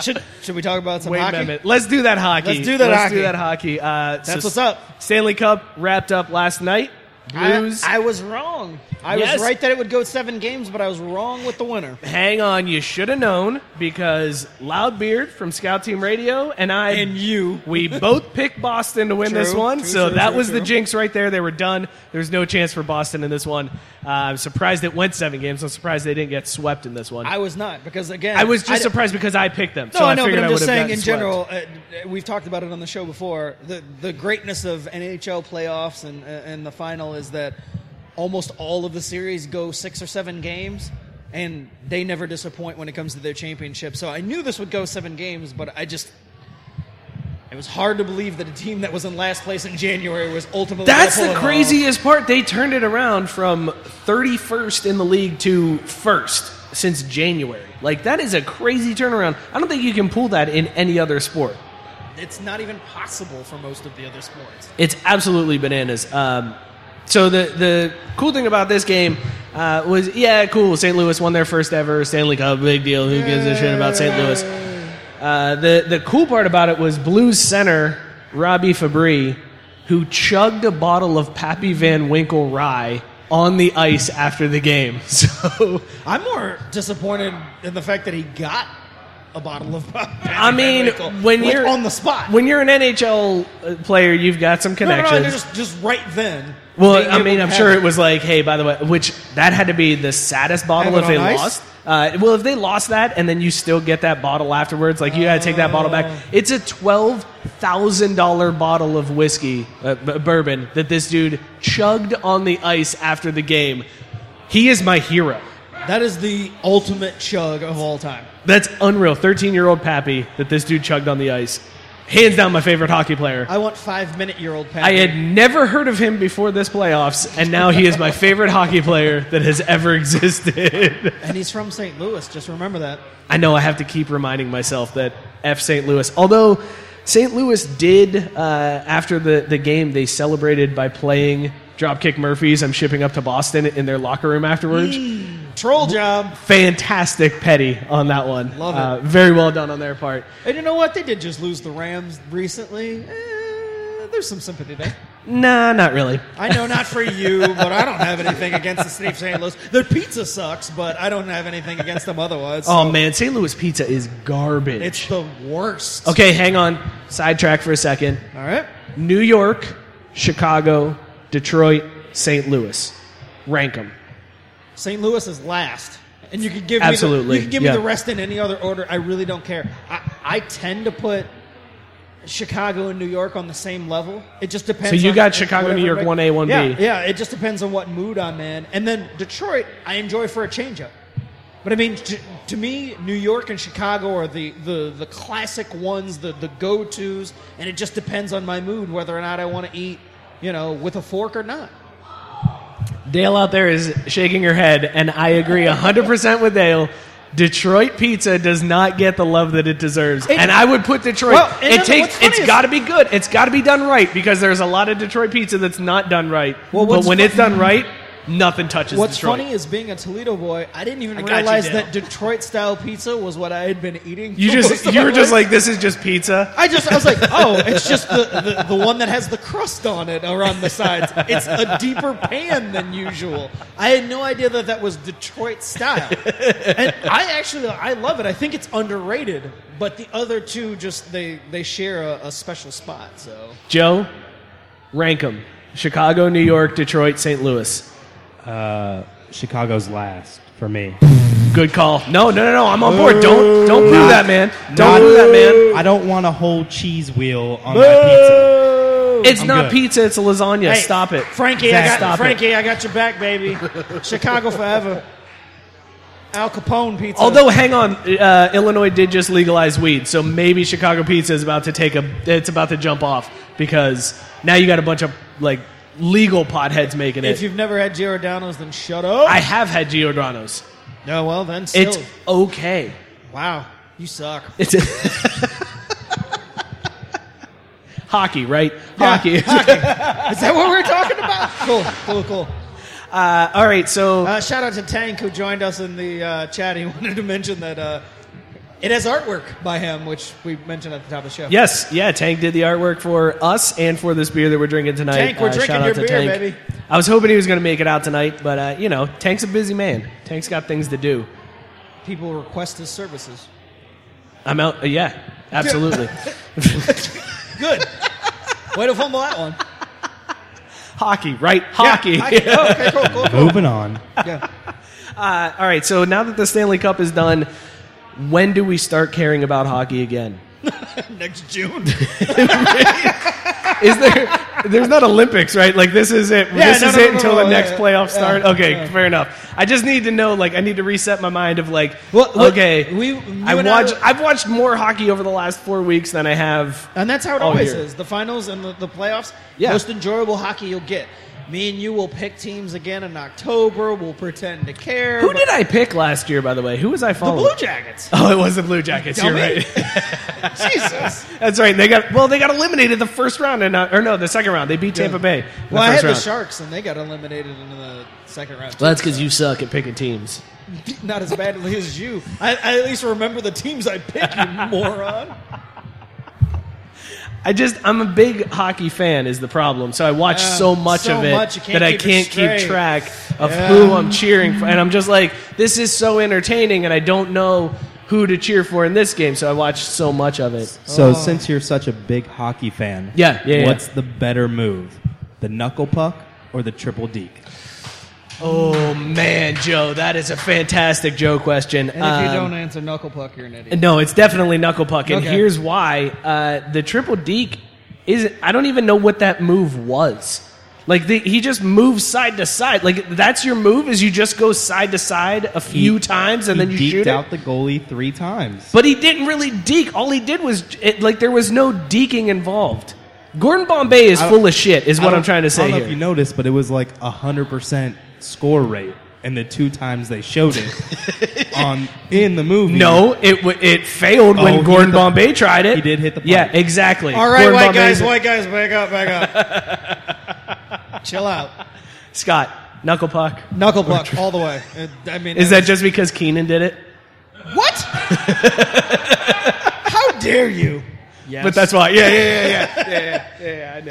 S2: Should, should we talk about some
S1: Wait
S2: hockey?
S1: a minute. Let's do that hockey.
S2: Let's do that
S1: Let's
S2: hockey.
S1: do that hockey. Uh,
S2: That's what's up.
S1: Stanley Cup wrapped up last night.
S2: I,
S1: Blues.
S2: I was wrong. I
S1: Yes.
S2: was right that it would go seven games, but I was wrong with the winner.
S1: Hang on, you should have known because Loudbeard from Scout Team Radio and I
S2: And you.
S1: we both picked Boston to win
S2: True,
S1: this one.
S2: true,
S1: so
S2: true,
S1: that
S2: true,
S1: was the
S2: true.
S1: jinx right there. They were done. There's no chance for Boston in this one. Uh, I'm surprised it went seven games. I'm surprised they dn't get swept in this one.
S2: I
S1: I,
S2: was not because again,
S1: was just
S2: I-
S1: surprised because I picked them.
S2: No,
S1: so
S2: I
S1: I
S2: know, but
S1: figured
S2: I'm
S1: I
S2: just
S1: would've
S2: saying
S1: gotten
S2: in
S1: swept.
S2: general. Uh, uh, we've talked about it on the show before. The the greatness of NHL playoffs and uh, and the final is that almost all of the series go six or seven games, and they never disappoint when it comes to their championship. So I knew this would go seven games, but I just. It was hard to believe that a team that was in last place in January was ultimately. gonna
S1: That's
S2: pull
S1: the
S2: it off.
S1: craziest part. They turned it around from 31st in the league to first since January. Like that is a crazy turnaround. I don't think you can pull that in any other sport.
S2: It's not even possible for most of the other sports.
S1: It's absolutely bananas. Um, so the the cool thing about this game uh, was, yeah, cool. St. Louis won their first ever Stanley Cup. Big deal. Who gives a shit about St. Louis? Uh, the the cool part about it was Blues center Robbie Fabry, who chugged a bottle of Pappy Van Winkle rye on the ice after the game. So
S2: I'm more disappointed in the fact that he got a bottle of pop.
S1: I mean, when you're
S2: on the spot,
S1: when you're an NHL uh, player, you've got some
S2: no, no,
S1: connections.
S2: no, just just right then.
S1: Well,
S2: being
S1: I
S2: able
S1: mean,
S2: to
S1: I'm
S2: have
S1: sure
S2: it.
S1: it was like, hey, by the way, which that had to be the saddest bottle
S2: Have
S1: if
S2: it
S1: they
S2: on ice?
S1: lost. Uh, well, if they lost that and then you still get that bottle afterwards, like you got to take that bottle
S2: Oh.
S1: back. It's a twelve thousand dollar bottle of whiskey, uh, b- bourbon that this dude chugged on the ice after the game. He is my hero.
S2: That is the ultimate chug of all time.
S1: That's unreal. Thirteen year old Pappy that this dude chugged on the ice. Hands down, my favorite hockey player.
S2: I want five minute year old Pat.
S1: I had never heard of him before this playoffs, and now he is my favorite hockey player that has ever existed.
S2: and he's from St. Louis. Just remember that.
S1: I know I have to keep reminding myself that F St. Louis. Although St. Louis did, uh, after the, the game, they celebrated by playing Dropkick Murphys. I'm shipping up to Boston in their locker room afterwards.
S2: Troll job.
S1: Fantastic petty on that one.
S2: Love it.
S1: Uh, very well done on their part.
S2: And you know what? They did just lose the Rams recently. Eh, there's some sympathy there.
S1: Nah, not really.
S2: I know not for you, but I don't have anything against the city of St. Louis. Their pizza sucks, but I don't have anything against them otherwise.
S1: Oh man, St. Louis pizza is garbage.
S2: It's the worst.
S1: okay, hang on. Sidetrack for a second.
S2: All right.
S1: New York, Chicago, Detroit, St. Louis. Rank them.
S2: St. Louis is last. And you could give me the,
S1: Absolutely,
S2: you could give
S1: yeah.
S2: me the rest in any other order. I really don't care. I, I tend to put Chicago and New York on the same level. It just depends.
S1: So you
S2: on-
S1: got Chicago, New York,
S2: right-
S1: 1A, 1B.
S2: Yeah, yeah. It just depends on what mood I'm in. And then Detroit, I enjoy for a changeup. But I mean, to, to me, New York and Chicago are the, the, the classic ones, the, the go tos, and it just depends on my mood whether or not I want to eat, you know, with a fork or not.
S1: Dale out there is shaking her head, and I agree 100% with Dale. Detroit pizza does not get the love that it deserves,
S2: It-
S1: and I would put Detroit.
S2: Well, and
S1: it
S2: then
S1: takes.
S2: what's funny
S1: It's
S2: is-
S1: got to be good. It's got to be done right because there's a lot of Detroit pizza that's not done right.
S2: Well,
S1: but
S2: what's
S1: when
S2: fu-
S1: it's done right, nothing touches
S2: What's
S1: Detroit.
S2: funny is being a Toledo boy, I didn't even
S1: I got you,
S2: realize
S1: Dale.
S2: that Detroit style pizza was what I had been eating.
S1: you
S2: for most
S1: just
S2: of
S1: you
S2: my
S1: were just
S2: life.
S1: like this is just pizza.
S2: I just I was like, oh, it's just the, the, the one that has the crust on it around the sides. It's a deeper pan than usual. I had no idea that that was Detroit style. And I actually I love it. I think it's underrated, but the other two just they they share a, a special spot. So
S1: Joe, rank them: Chicago, New York, Detroit, St. Louis.
S3: Uh, Chicago's last for me.
S1: Good call. No, no, no, no. I'm on board. Don't don't boo that man. Don't
S3: Not-
S1: boo that man.
S3: I don't want a whole cheese wheel on my pizza.
S1: It's
S3: I'm
S1: not
S3: good.
S1: pizza. It's a lasagna.
S2: Hey,
S1: Stop it,
S2: Frankie. I got
S1: Stop it.
S2: Frankie. I got your back, baby. Chicago forever. Al Capone pizza.
S1: Although, hang on, uh, Illinois did just legalize weed, so maybe Chicago pizza is about to take a. It's about to jump off because now you got a bunch of like legal potheads making
S2: if
S1: it.
S2: you've never had Giordano's, then shut up.
S1: I have had Giordano's.
S2: no, well then, still.
S1: It's okay.
S2: wow, you suck.
S1: It's hockey, right? Hockey.
S2: Is that what we're talking about? cool, cool, cool.
S1: Uh, all right, so
S2: Uh, shout out to Tank who joined us in the uh, chat. He wanted to mention that uh, it has artwork by him, which we mentioned at the top of the show.
S1: Yes, yeah, Tank did the artwork for us and for this beer that we're drinking tonight.
S2: Tank, we're
S1: Uh,
S2: drinking
S1: shout out
S2: your
S1: to
S2: beer,
S1: Tank.
S2: baby.
S1: I was hoping he was going to make it out tonight, but uh, you know, Tank's a busy man. Tank's got things to do.
S2: People request his services.
S1: I'm out. uh, yeah, absolutely.
S2: Good. Way to fumble that one.
S1: hockey, right? Hockey.
S2: Yeah, I- oh, okay, cool, cool, cool.
S3: Moving on.
S2: Yeah.
S1: uh, all right, so now that the Stanley Cup is done, when do we start caring about hockey again?
S2: Next June.
S1: Is there? There's not Olympics, right? Like this is it.
S2: Yeah,
S1: this
S2: no,
S1: is
S2: no,
S1: it
S2: no,
S1: until
S2: no,
S1: the
S2: yeah,
S1: next
S2: yeah.
S1: playoff start.
S2: Yeah,
S1: okay,
S2: yeah.
S1: fair enough. I just need to know. Like, I need to reset my mind of like.
S2: Well, look,
S1: okay,
S2: we- you
S1: I
S2: and I
S1: watched.
S2: were-
S1: I've watched more hockey over the last four weeks than I have.
S2: And that's how it
S1: All
S2: always
S1: year.
S2: is. The finals and the, the playoffs,
S1: Oh, Yeah.
S2: most enjoyable hockey you'll get. Me and you will pick teams again in October. We'll pretend to care.
S1: Who
S2: but-
S1: did I pick last year? By the way, who was I
S2: The
S1: following?
S2: Blue Jackets.
S1: Oh, it was the Blue Jackets. You're right.
S2: Dummy. Jesus.
S1: That's right. They got well. They got eliminated the first round, and uh, or no, the second round. They beat Tampa Bay. in the
S2: Well, I
S1: first
S2: had the
S1: round.
S2: Sharks, and they got eliminated in the second round.
S1: Well, that's because you suck at picking teams.
S2: Not as badly as you. I, I at least remember the teams I picked, you moron.
S1: I just I'm a big hockey fan is the problem. So I watch
S2: Yeah,
S1: so much
S2: so
S1: of it
S2: much, you can't
S1: that I
S2: keep it
S1: can't
S2: straight.
S1: keep track of
S2: Yeah.
S1: who I'm cheering for and I'm just like this is so entertaining and I don't know who to cheer for in this game. So I watched so much of it.
S3: So since you're such a big hockey fan,
S1: Oh. Yeah, yeah, yeah.
S3: what's the better move, the knuckle puck or the triple deke?
S1: Oh man, Joe, that is a fantastic Joe question.
S2: And if
S1: Um,
S2: you don't answer knuckle puck, you're an idiot.
S1: No, it's definitely knuckle puck, and
S2: Okay.
S1: here's why: uh, the triple deke is. I don't even know what that move was. Like the, he just moves side to side. Like that's your move is you just go side to side a few times and
S3: He
S1: then you
S3: deked
S1: shoot it.
S3: out the goalie three times.
S1: But he didn't really deke. All he did was it, like there was no deking involved. Gordon Bombay is full of shit, is
S3: I
S1: what
S3: don't-
S1: I'm trying to
S3: I
S1: say
S3: don't know
S1: here.
S3: if you noticed, but it was like a hundred percent score rate, and the two times they showed it on in the movie.
S1: No, it w- it failed
S3: Oh, he
S1: when
S3: hit
S1: Gordon
S3: the-
S1: Bombay tried it.
S3: he did hit the
S1: Yeah,
S3: pipe.
S1: exactly.
S2: All right,
S1: Gordon
S2: white
S1: Bombay's-
S2: guys, white guys, back up, back up. Chill out.
S1: Scott knuckle puck.
S2: Knuckle puck all the way. Uh, I mean,
S1: Is that just because Keenan did it?
S2: what? How dare you? Yes.
S1: But that's why. Yeah, yeah, yeah.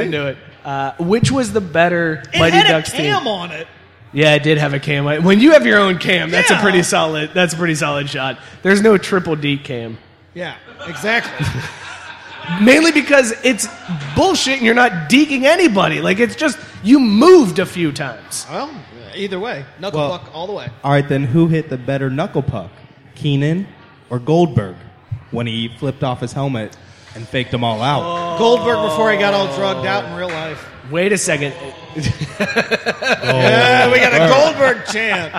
S1: I knew it. Uh, which was the better
S2: It
S1: Mighty
S2: had
S1: Ducks
S2: a cam
S1: team?
S2: on it.
S1: Yeah, it did have a cam. I- When you have your own cam, that's a
S2: Yeah.
S1: pretty solid. That's a pretty solid shot. There's no triple D cam.
S2: Yeah, exactly.
S1: Mainly because it's bullshit and you're not deking anybody. Like it's just you moved a few times.
S2: well, either way, knuckle
S3: Well-
S2: puck all the way.
S3: All right, then who hit the better knuckle puck, Keenan or Goldberg, when he flipped off his helmet and faked them all
S1: Oh.
S3: out?
S2: Goldberg before he got all drugged out in real life.
S1: Wait a second.
S2: Yeah, Uh, we got a Goldberg champ.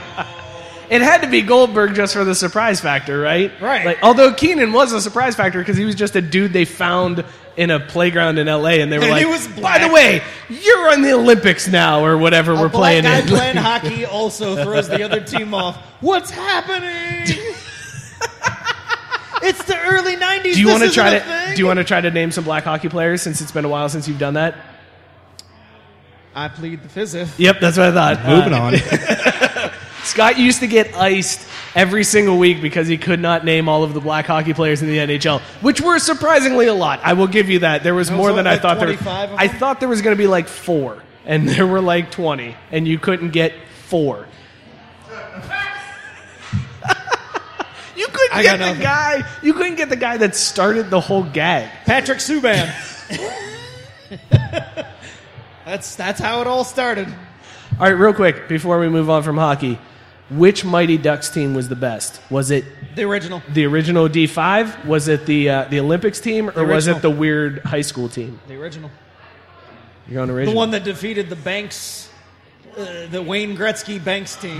S1: It had to be Goldberg just for the surprise factor, right?
S2: Right.
S1: Like, although Keenan was a surprise factor because he was just a dude they found in a playground in L.A. and they were
S2: And
S1: like,
S2: he was
S1: "By
S2: black."
S1: the way, you're on the Olympics now or whatever we're
S2: a
S1: playing
S2: black guy
S1: in."
S2: playing hockey also throws the other team off. What's happening? it's the early '90s.
S1: do you
S2: want
S1: want to try to do you want to try to name some black hockey players since it's been a while since you've done that?
S2: I plead the fifth.
S1: Yep, that's what I thought. Uh,
S3: Moving on.
S1: Scott used to get iced every single week because he could not name all of the black hockey players in the NHL, which were surprisingly a lot. I will give you that. There was
S2: There was
S1: more
S2: what,
S1: than I
S2: like
S1: thought there.
S2: 25 of
S1: I
S2: them?
S1: thought there was going to be like four, and there were like twenty, and you couldn't get four. you couldn't
S2: I
S1: get
S2: got
S1: the
S2: nothing.
S1: guy. You couldn't get the guy that started the whole gag.
S2: Patrick Subban. that's that's how it all started.
S1: All right, real quick before we move on from hockey, which Mighty Ducks team was the best? Was it
S2: The original.
S1: the original D5? Was it the uh, the Olympics team, or
S2: The
S1: was it
S2: original.
S1: the weird high school team?
S2: The original.
S1: You're on
S2: The
S1: original.
S2: one that defeated the Banks, uh, the Wayne Gretzky Banks team.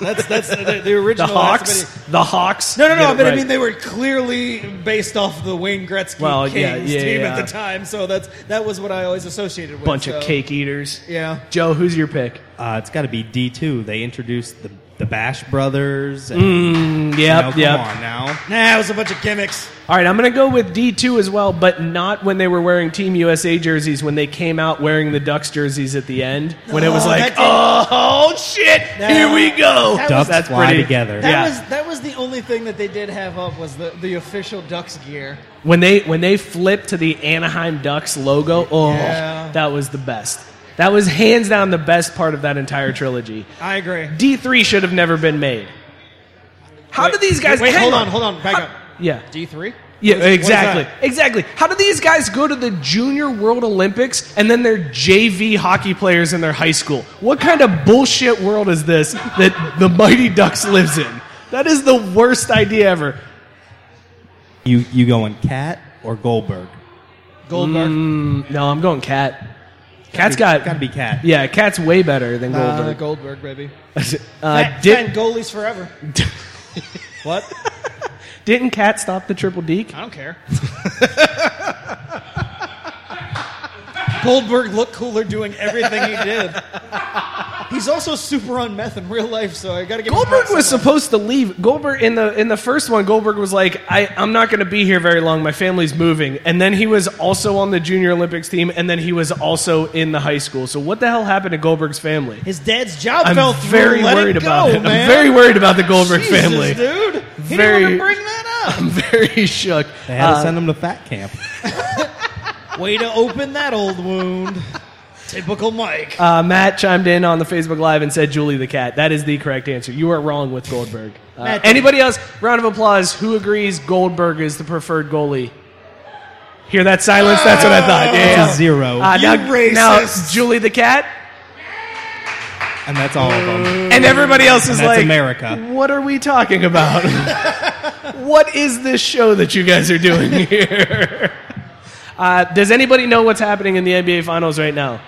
S2: that's that's the, the, the
S1: the
S2: original.
S1: Hawks.
S2: That's
S1: The Hawks.
S2: No, no, no.
S1: Get it
S2: But I
S1: right.
S2: mean, they were clearly based off the Wayne Gretzky
S1: Well,
S2: Kings
S1: yeah, yeah,
S2: team
S1: yeah.
S2: at the time, so that's that was what I always associated with.
S1: bunch
S2: so.
S1: of cake eaters.
S2: Yeah.
S1: Joe, who's your pick?
S3: Uh, it's got to be D two. They introduced the the Bash Brothers. And, you know,
S1: Mm, Yep,
S3: Mm, come
S1: yep.
S3: on now.
S2: Nah, it was a bunch of gimmicks.
S1: All right, I'm going to go with D2 as well, but not when they were wearing Team USA jerseys, when they came out wearing the Ducks jerseys at the end, when it was
S2: Oh,
S1: like,
S2: that didn't-
S1: oh, shit,
S2: That-
S1: here we go.
S2: that was-
S3: Ducks
S1: That's
S3: fly
S1: pretty-
S3: together.
S2: That
S1: Yeah.
S2: was that was the only thing that they did have up was the, the official Ducks gear.
S1: When they when they flipped to the Anaheim Ducks logo, oh,
S2: Yeah.
S1: that was the best. That was hands down the best part of that entire trilogy.
S2: I agree.
S1: D three should have never been made. How
S2: Wait,
S1: did these guys?
S2: Wait,
S1: hang
S2: hold on, hold on, back
S1: How-
S2: up.
S1: Yeah,
S2: D three.
S1: yeah,
S2: What is- what is
S1: exactly,
S2: that?
S1: exactly. How do these guys go to the Junior World Olympics and then they're JV hockey players in their high school? What kind of bullshit world is this that the Mighty Ducks lives in? That is the worst idea ever.
S3: You you going Cat or Goldberg?
S2: Goldberg.
S1: No, I'm going Cat. Cat's got
S3: Got to be Cat.
S1: Yeah, Cat's way better than
S2: Uh,
S1: Goldberg.
S2: Goldberg, baby.
S1: uh,
S2: Fat- fat
S1: did,
S2: goalies forever. what?
S1: didn't Cat stop the triple deke?
S2: I don't care. Goldberg looked cooler doing everything he did. He's also super on meth in real life, so I gotta get
S1: Goldberg was supposed to leave. Goldberg in the in the first one, Goldberg was like, I, "I'm not going to be here very long. My family's moving." And then he was also on the Junior Olympics team, and then he was also in the high school. So what the hell happened to Goldberg's family?
S2: His dad's job
S1: I'm
S2: fell through.
S1: very
S2: Let it
S1: worried
S2: go,
S1: about it.
S2: Man.
S1: I'm very worried about the Goldberg
S2: Jesus,
S1: family.
S2: dude. He
S1: Very-
S2: didn't want to bring that
S1: I'm very shook.
S3: They had
S1: Uh,
S3: to send him to fat camp.
S2: up. Way to open that old wound. Typical Mike.
S1: Uh, Matt chimed in on the Facebook Live and said Julie the Cat. That is the correct answer. You are wrong with Goldberg. Uh,
S2: Matt-
S1: anybody else? Round of applause. Who agrees Goldberg is the preferred goalie? Hear that silence? That's what I thought. Yeah,
S3: It's
S1: yeah.
S3: a zero.
S1: Uh,
S2: Oh, You
S1: now, now,
S2: racists.
S1: Julie the Cat?
S3: and that's all of them.
S1: And everybody else is
S3: And that's
S1: like,
S3: America.
S1: What are we talking about? what is this show that you guys are doing here? Uh, does anybody know what's happening in the NBA Finals right now?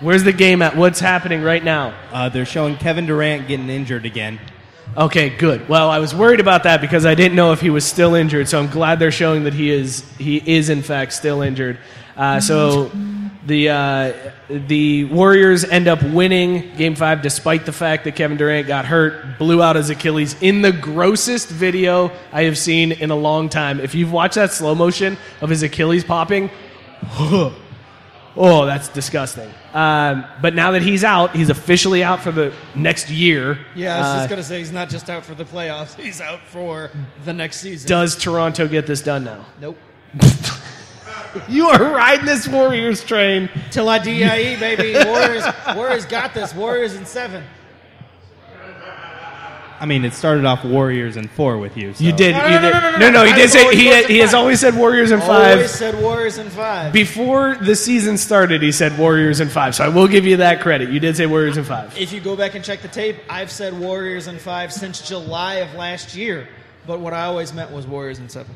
S1: Where's the game at? What's happening right now?
S3: Uh, they're showing Kevin Durant getting injured again.
S1: Okay, good. Well, I was worried about that because I didn't know if he was still injured. So I'm glad they're showing that he is. He is in fact still injured. Uh, so the uh, the Warriors end up winning Game Five despite the fact that Kevin Durant got hurt, blew out his Achilles in the grossest video I have seen in a long time. If you've watched that slow motion of his Achilles popping, Oh, that's disgusting. Um, but now that he's out, he's officially out for the next year.
S2: yeah, I was
S1: Uh,
S2: just gonna say he's not just out for the playoffs; he's out for the next season.
S1: Does Toronto get this done now?
S2: nope.
S1: You are riding this Warriors train.
S2: Till I die, baby. Warriors, Warriors got this. Warriors in seven.
S3: I mean, it started off Warriors and four with you. So.
S1: You did.
S2: No,
S1: you
S2: no, no,
S1: did.
S2: no, no, no,
S1: no,
S2: no.
S1: he
S2: I
S1: did
S2: was
S1: say
S2: always
S1: he,
S2: Warriors
S1: had,
S2: in
S1: he has
S2: five.
S1: always said Warriors in
S2: Always
S1: five.
S2: said Warriors in five.
S1: Before the season started, he said Warriors in five. So I will give you that credit. You did say Warriors in five.
S2: if you go back and check the tape, I've said Warriors in five since July of last year. But what I always meant was Warriors in seven.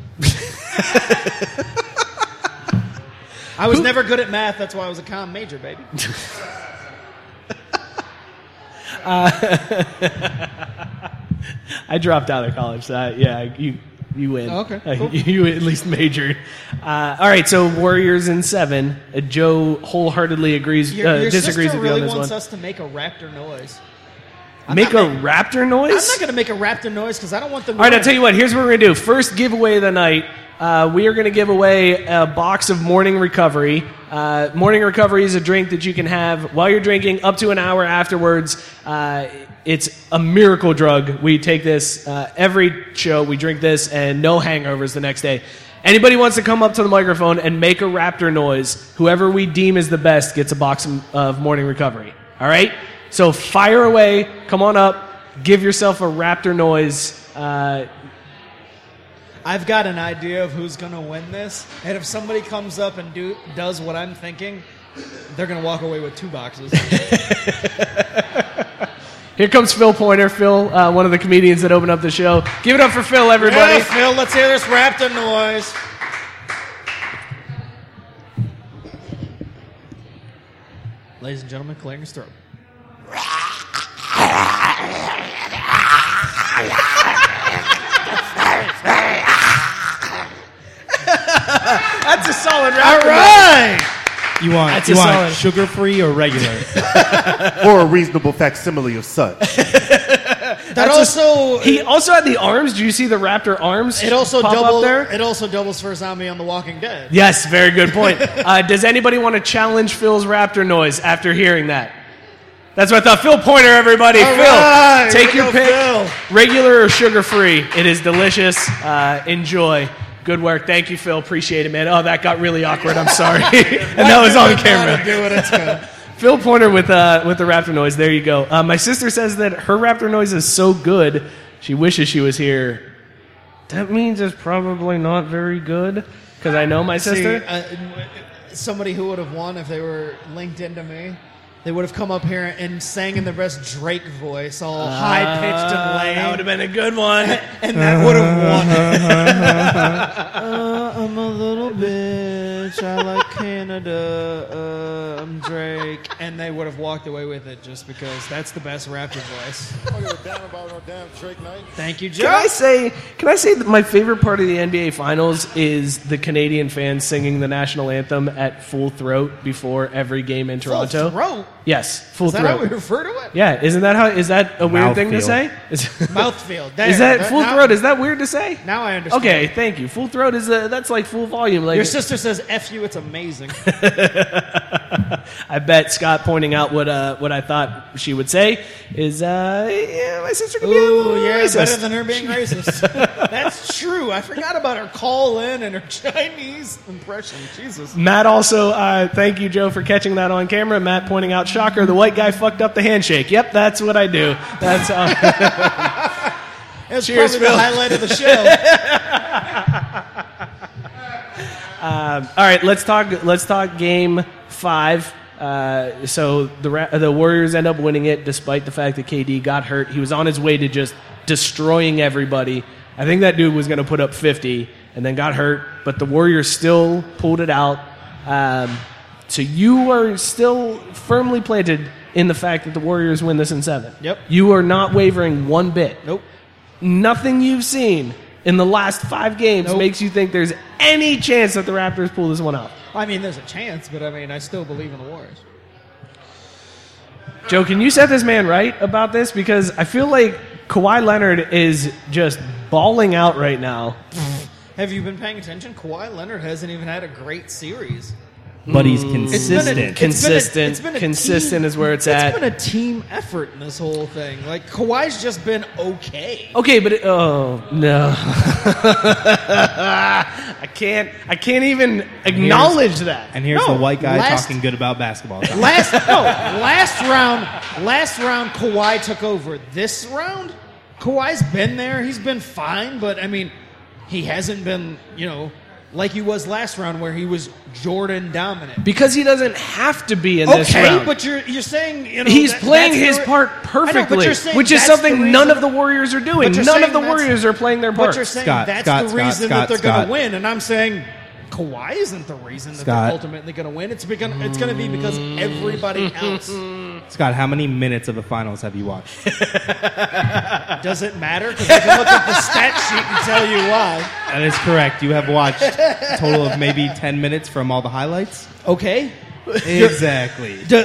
S2: I was never good at math. That's why I was a comm major, baby.
S1: I dropped out of college. So I, yeah, you you win.
S2: Oh, Okay,
S1: Uh,
S2: cool.
S1: you, at least majored. Uh, all right, so Warriors in seven. Uh, Joe wholeheartedly agrees.
S2: Your,
S1: uh,
S2: your
S1: disagrees
S2: sister
S1: with you on
S2: really
S1: this
S2: wants
S1: one.
S2: us to make a raptor noise.
S1: Make a
S2: not
S1: raptor noise.
S2: I'm not going to make a raptor noise because I don't want them.
S1: All right, I'll tell you what. Here's what we're gonna do. First giveaway of the night. Uh, we are going to give away a box of Morning Recovery. Uh, morning Recovery is a drink that you can have while you're drinking up to an hour afterwards. Uh, it's a miracle drug. We take this uh, every show. We drink this and no hangovers the next day. Anybody wants to come up to the microphone and make a raptor noise, whoever we deem is the best gets a box of- of Morning Recovery. All right? So fire away. Come on up. Give yourself a raptor noise. Uh,
S2: I've got an idea of who's going to win this, and if somebody comes up and do does what I'm thinking, they're going to walk away with two boxes.
S1: Here comes Phil Pointer. Phil, uh, one of the comedians that opened up the show. Give it up for Phil, everybody.
S2: Yeah, Phil, let's hear this raptor noise. Ladies and gentlemen, clearing his throat.
S1: That's a solid
S2: All
S1: round.
S2: right.
S3: You want
S1: That's
S3: you
S1: a
S3: want
S1: solid.
S3: sugar free or regular?
S5: or a reasonable facsimile of such.
S2: That also
S1: He also had the arms. Do you see the raptor arms?
S2: it also
S1: pop
S2: double
S1: up there.
S2: it also doubles for a zombie on The Walking Dead.
S1: Yes, very good point. uh, does anybody want to challenge Phil's raptor noise after hearing that? That's what I thought. Phil Pointer, everybody.
S2: All
S1: Phil,
S2: right,
S1: take
S2: here
S1: your
S2: we go,
S1: pick,
S2: Phil.
S1: regular or sugar free. It is delicious. Uh, enjoy. Good work. Thank you, Phil. Appreciate it, man. Oh, that got really awkward. I'm sorry. and that was on camera.
S2: Do it. It's good.
S1: Phil Pointer with uh, with the raptor noise. There you go. Uh, my sister says that her raptor noise is so good, she wishes she was here. That means it's probably not very good because I know my sister.
S2: See, uh, somebody who would have won if they were linked into me. They would have come up here and sang in the best Drake voice, all high pitched
S1: Uh,
S2: and
S1: that
S2: loud.
S1: would have been a good one.
S2: and that would have won. Uh, I'm a little bitch. I like Canada. Uh, I'm Drake, and they would have walked away with it just because that's the best Raptor voice. Thank you,
S1: Can I
S2: Joe.
S1: say? Can I say that my favorite part of the NBA Finals is the Canadian fans singing the national anthem at full throat before every game in Toronto?
S2: throat.
S1: Yes, full
S2: Is that
S1: throat.
S2: how we refer to it?
S1: yeah, isn't that how? Is that a weird
S3: Mouth
S1: thing to
S3: feel.
S1: say? Is-
S2: Mouthfield. There.
S1: Is that full
S2: now-
S1: throat? Is that weird to say?
S2: Now I understand.
S1: Okay, thank you. Full throat is a, that's like full volume. Like
S2: Your sister says "f you." It's amazing.
S1: I bet Scott pointing out what uh, what I thought she would say is, uh, yeah, my sister could be a
S2: Ooh,
S1: little
S2: yeah,
S1: racist.
S2: better than her being racist. That's true. I forgot about her call in and her Chinese impression. Jesus.
S1: Matt also, uh, thank you, Joe, for catching that on camera. Matt pointing out, shocker, the white guy fucked up the handshake. Yep, that's what I do. That's uh,
S2: That's
S1: Cheers,
S2: probably
S1: Phil.
S2: the highlight of the show.
S1: all right. Let's talk. Let's talk game five. Uh, so the Ra- the Warriors end up winning it, despite the fact that KD got hurt. He was on his way to just destroying everybody. I think that dude was going to put up fifty, and then got hurt. But the Warriors still pulled it out. Um, so you are still firmly planted in the fact that the Warriors win this in seven.
S2: Yep.
S1: You are not wavering one bit.
S2: nope.
S1: Nothing you've seen in the last five games
S2: Nope.
S1: makes you think there's any chance that the Raptors pull this one off.
S2: I mean, there's a chance, but I mean, I still believe in the Warriors.
S1: Joe, can you set this man right about this? Because I feel like Kawhi Leonard is just bawling out right now.
S2: Have you been paying attention? Kawhi Leonard hasn't even had a great series.
S3: But he's
S1: Mm.
S2: It's been a-
S3: consistent.
S2: it's been a-
S1: Consistent.
S2: it's been a
S1: Consistent
S2: team-
S1: is where it's at.
S2: It's been a team effort in this whole thing. Like Kawhi's just been okay.
S1: Okay, but it, oh no, I can't. I can't even acknowledge that.
S3: and here's
S2: No,
S3: the white guy
S2: last-
S3: talking good about basketball. Time.
S2: Last no, last round, last round, Kawhi took over. This round, Kawhi's been there. He's been fine, but I mean, he hasn't been you know like he was last round where he was Jordan dominant.
S1: because he doesn't have to be in this
S2: Okay,
S1: round.
S2: but you're you're saying you know
S1: He's
S2: that-
S1: playing
S2: that's
S1: his
S2: the-
S1: part
S2: I know, but
S1: perfectly,
S2: you're saying
S1: which is
S2: that's the
S1: something
S2: reason-
S1: none of the Warriors are doing.
S2: but you're
S1: None of
S2: saying
S1: the
S2: that's-
S1: Warriors are playing their part.
S2: But you're saying
S3: Scott,
S2: that's
S3: Scott,
S2: the
S3: Scott,
S2: reason that
S3: Scott,
S2: they're going
S3: Scott.
S2: to win, and I'm saying Kawhi isn't the reason that
S3: Scott.
S2: they're ultimately going to win. It's become, it's going to be because everybody else.
S3: Scott, how many minutes of the finals have you watched?
S2: Does it matter? Because I can look at the stat sheet and tell you why.
S3: that is correct. You have watched a total of maybe 10 minutes from all the highlights.
S2: Okay,
S3: Exactly.
S2: D-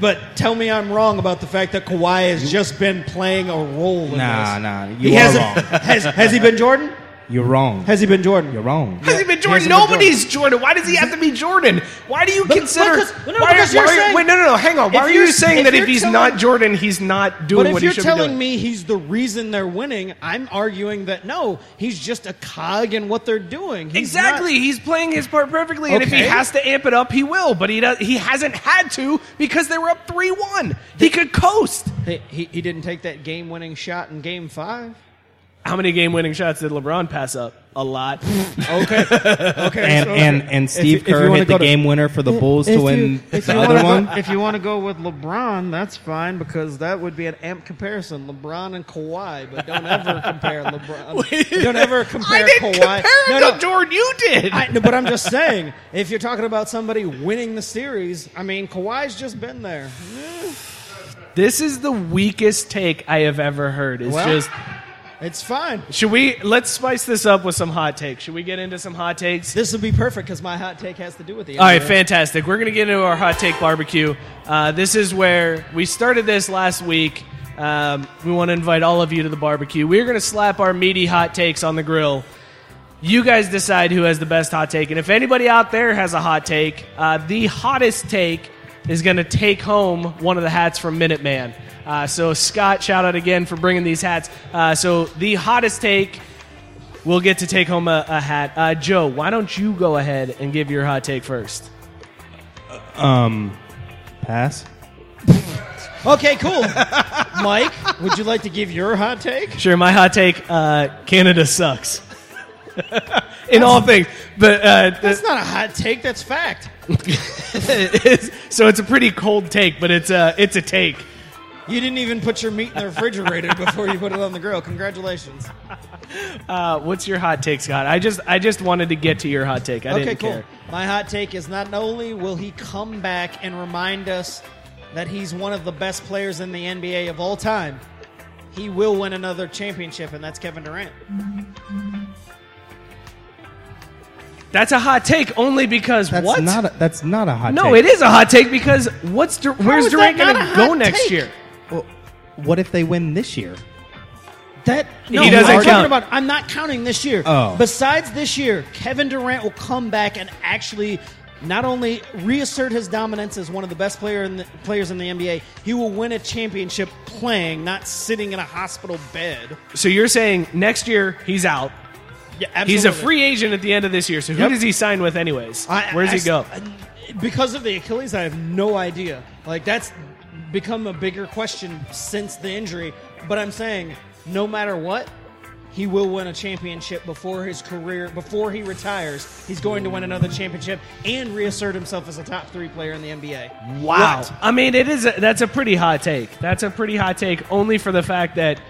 S2: but tell me I'm wrong about the fact that Kawhi has just been playing a role. In
S3: Nah,
S2: this.
S3: nah, you
S2: he
S3: are
S2: hasn't.
S3: wrong.
S2: Has, has he been Jordan?
S3: You're wrong.
S2: Has he been Jordan?
S3: You're wrong.
S1: Has he been Jordan?
S2: He hasn't been
S1: Nobody's Jordan. Why does he have to be Jordan? Why do you
S2: But-
S1: consider?
S2: because- no,
S1: why
S2: because
S1: why
S2: you're saying-
S1: wait, no, no, no. Hang on. Why
S2: if
S1: are
S2: you're-
S1: you saying
S2: if
S1: that if
S2: you're
S1: he's
S2: telling-
S1: not Jordan, he's not doing
S2: but
S1: what
S2: if
S1: he
S2: you're
S1: should be
S2: telling
S1: doing?
S2: me he's the reason they're winning, I'm arguing that no, he's just a cog in what they're doing. He's not-
S1: exactly, he's playing his part perfectly, and if he
S2: Okay.
S1: has to amp it up, he will. But he does, he hasn't had to because they were up three one. He could coast.
S2: He, he, he didn't take that game winning shot in game five.
S1: How many game winning shots did LeBron pass up? A lot.
S2: Okay. okay.
S3: And, and, and Steve
S2: if you
S3: Kerr
S2: wanna
S3: hit
S2: go
S3: the
S2: to-
S3: game winner for the Bulls to win the
S2: wanna
S3: other
S2: go-
S3: one.
S2: If you want to go with LeBron, that's fine because that would be an amp comparison. LeBron and Kawhi, but don't ever compare LeBron. don't ever compare
S1: I didn't compare
S2: Kawhi.
S1: him
S2: no,
S1: to
S2: no.
S1: Jordan. You did.
S2: I, no, but I'm just saying, if you're talking about somebody winning the series, I mean, Kawhi's just been there.
S1: this is the weakest take I have ever heard. It's
S2: Well-
S1: just
S2: It's fine.
S1: Should we let's spice this up with some hot takes? Should we get into some hot takes?
S2: This would be perfect because my hot take has to do with the.
S1: All right,
S2: NBA.
S1: fantastic. We're gonna get into our hot take barbecue. Uh, this is where we started this last week. Um, we want to invite all of you to the barbecue. We're gonna slap our meaty hot takes on the grill. You guys decide who has the best hot take, and if anybody out there has a hot take, uh, the hottest take is going to take home one of the hats from Minuteman. Uh, so Scott, shout out again for bringing these hats. Uh, so the hottest take will get to take home a, a hat. Uh, Joe, why don't you go ahead and give your hot take first?
S3: Um, pass.
S2: Okay, cool. Mike, would you like to give your hot take?
S1: Sure, my hot take: uh, Canada sucks in all things. But uh,
S2: That's not a hot take. That's fact.
S1: it's- so it's a pretty cold take, but it's a it's a take.
S2: You didn't even put your meat in the refrigerator before you put it on the grill. Congratulations.
S1: Uh, what's your hot take, Scott? I just I just wanted to get to your hot take. I
S2: Okay,
S1: didn't
S2: cool.
S1: care.
S2: My hot take is not only will he come back and remind us that he's one of the best players in the NBA of all time, he will win another championship, and that's Kevin Durant.
S1: That's a hot take only because
S3: That's
S1: what?
S3: not. A, that's not a hot.
S1: no,
S3: take.
S1: it is a hot take because what's Dur- where's
S2: is that
S1: Durant
S2: not
S1: going to
S2: a
S1: go
S2: hot
S1: next
S2: take?
S1: year?
S3: Well, what if they win this year?
S2: That
S1: He doesn't
S2: I'm talking
S1: count.
S2: About, I'm not counting this year.
S3: Oh.
S2: Besides this year, Kevin Durant will come back and actually not only reassert his dominance as one of the best player in the, players in the NBA, he will win a championship playing, not sitting in a hospital bed.
S1: So you're saying next year he's out.
S2: Yeah,
S1: He's a free agent at the end of this year. So who
S2: Yep.
S1: does he sign with, anyways? Where does he go?
S2: Because of the Achilles, I have no idea. Like that's become a bigger question since the injury. But I'm saying, no matter what, he will win a championship before his career, before he retires. He's going to win another championship and reassert himself as a top three player in the NBA.
S1: Wow. I mean, it is. A, that's a pretty hot take. That's a pretty hot take, only for the fact that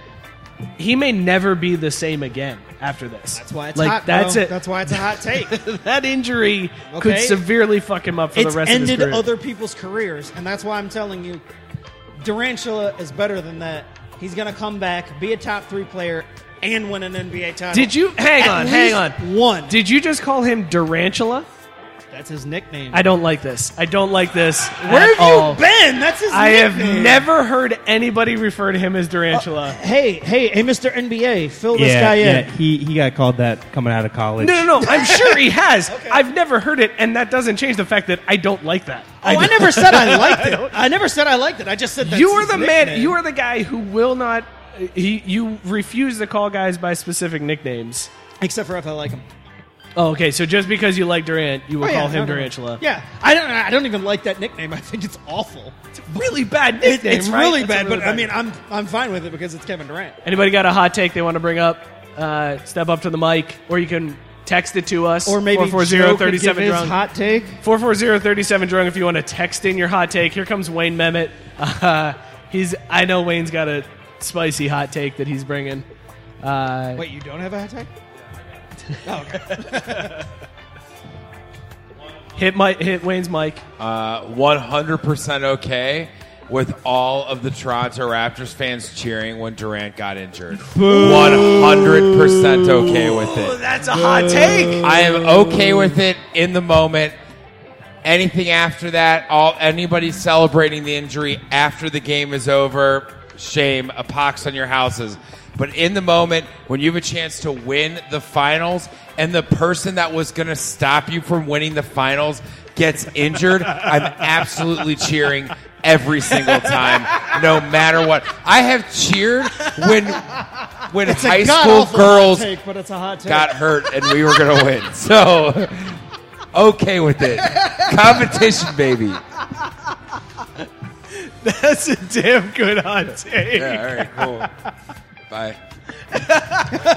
S1: he may never be the same again after this.
S2: That's why it's
S1: like,
S2: hot.
S1: That's
S2: bro.
S1: it.
S2: That's why it's a hot take.
S1: that injury could
S2: Okay.
S1: severely fuck him up for
S2: it's
S1: the rest
S2: ended
S1: of his career.
S2: other people's careers, and that's why I'm telling you, Durantula is better than that. He's going to come back, be a top three player, and win an NBA title.
S1: Did you hang
S2: At
S1: on? Hang
S2: least
S1: on.
S2: One.
S1: Did you just call him Durantula?
S2: that's his nickname.
S1: I don't like this. I don't like this.
S2: Where
S1: at
S2: have
S1: all.
S2: you been? That's his.
S1: I have
S2: nickname.
S1: never heard anybody refer to him as Durantula.
S2: Hey, hey, hey, Mr. NBA, fill this
S3: yeah,
S2: guy in.
S3: yeah. He he got called that coming out of college.
S1: no, no, no. I'm sure he has. I've never heard it, and that doesn't change the fact that I don't like that.
S2: Oh, I, never said I liked it. I never said I liked it. I just said that's
S1: you are
S2: his
S1: the man.
S2: nickname.
S1: You are the guy who will not. He, you refuse to call guys by specific nicknames.
S2: except for if I like him.
S1: Oh, okay. So just because you like Durant, you will
S2: Oh, yeah,
S1: call him
S2: no, no, no.
S1: Durantula.
S2: Yeah, I don't. I don't even like that nickname. I think it's awful.
S1: really bad
S2: It-
S1: nickname.
S2: it's
S1: right?
S2: really
S1: That's a
S2: bad, but I mean,
S1: nickname.
S2: I'm I'm fine with it because it's Kevin Durant.
S1: anybody got a hot take they want to bring up? Uh, step up to the mic, or you can text it to us,
S2: Or maybe Joe could give
S1: 440-37
S2: his
S1: drunk.
S2: hot take.
S1: 440-37 drunk. If you want to text in your hot take, here comes Wayne Mehmet. Uh, he's. I know Wayne's got a spicy hot take that he's bringing. Uh,
S2: Wait, you don't have a hot take?
S1: hit my hit Wayne's mic.
S4: Uh, 100% okay with all of the Toronto Raptors fans cheering when Durant got injured. 100% okay with it.
S1: That's a hot take.
S4: I am okay with it in the moment. Anything after that, all anybody celebrating the injury after the game is over, shame, a pox on your houses. But in the moment, when you have a chance to win the finals, and the person that was going to stop you from winning the finals gets injured, I'm absolutely cheering every single time, no matter what. I have cheered when when
S2: It's a
S4: high
S2: god-awful
S4: school
S2: hot
S4: girls
S2: take, but it's a hot take.
S4: got hurt and we were gonna win. So okay with it. Competition, baby.
S1: That's a damn good hot take.
S4: Yeah, all right, cool. Bye.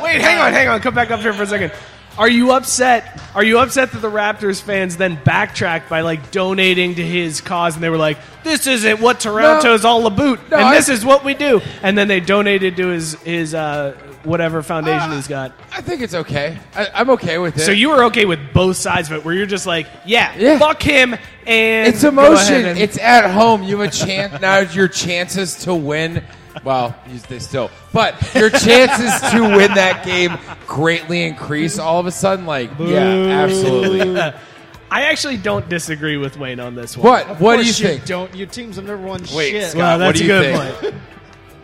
S1: Wait, hang on, hang on. Come back up here for a second. Are you upset? Are you upset that the Raptors fans then backtracked by like donating to his cause and they were like, "This isn't what Toronto's all about,
S4: No,
S1: and
S4: I-
S1: this is what we do." And then they donated to his his uh, whatever foundation he's got.
S4: I think it's okay. I, I'm okay with it.
S1: So you were okay with both sides of it, where you're just like, "Yeah,
S4: Yeah.
S1: fuck him," and
S4: it's
S1: go
S4: emotion.
S1: ahead and-
S4: It's at home. You have a chance now. Your chances to win. Well, you- they still, but your chances to win that game greatly increase. All of a sudden, like yeah, absolutely.
S1: I actually don't disagree with Wayne on this one.
S4: What? What do you
S2: Of course
S4: think?
S2: Don't your teams have never won
S4: Wait,
S2: shit?
S4: Scott,
S1: Well,
S4: what
S1: that's
S4: do
S1: a
S4: you
S1: good
S4: think?
S1: point.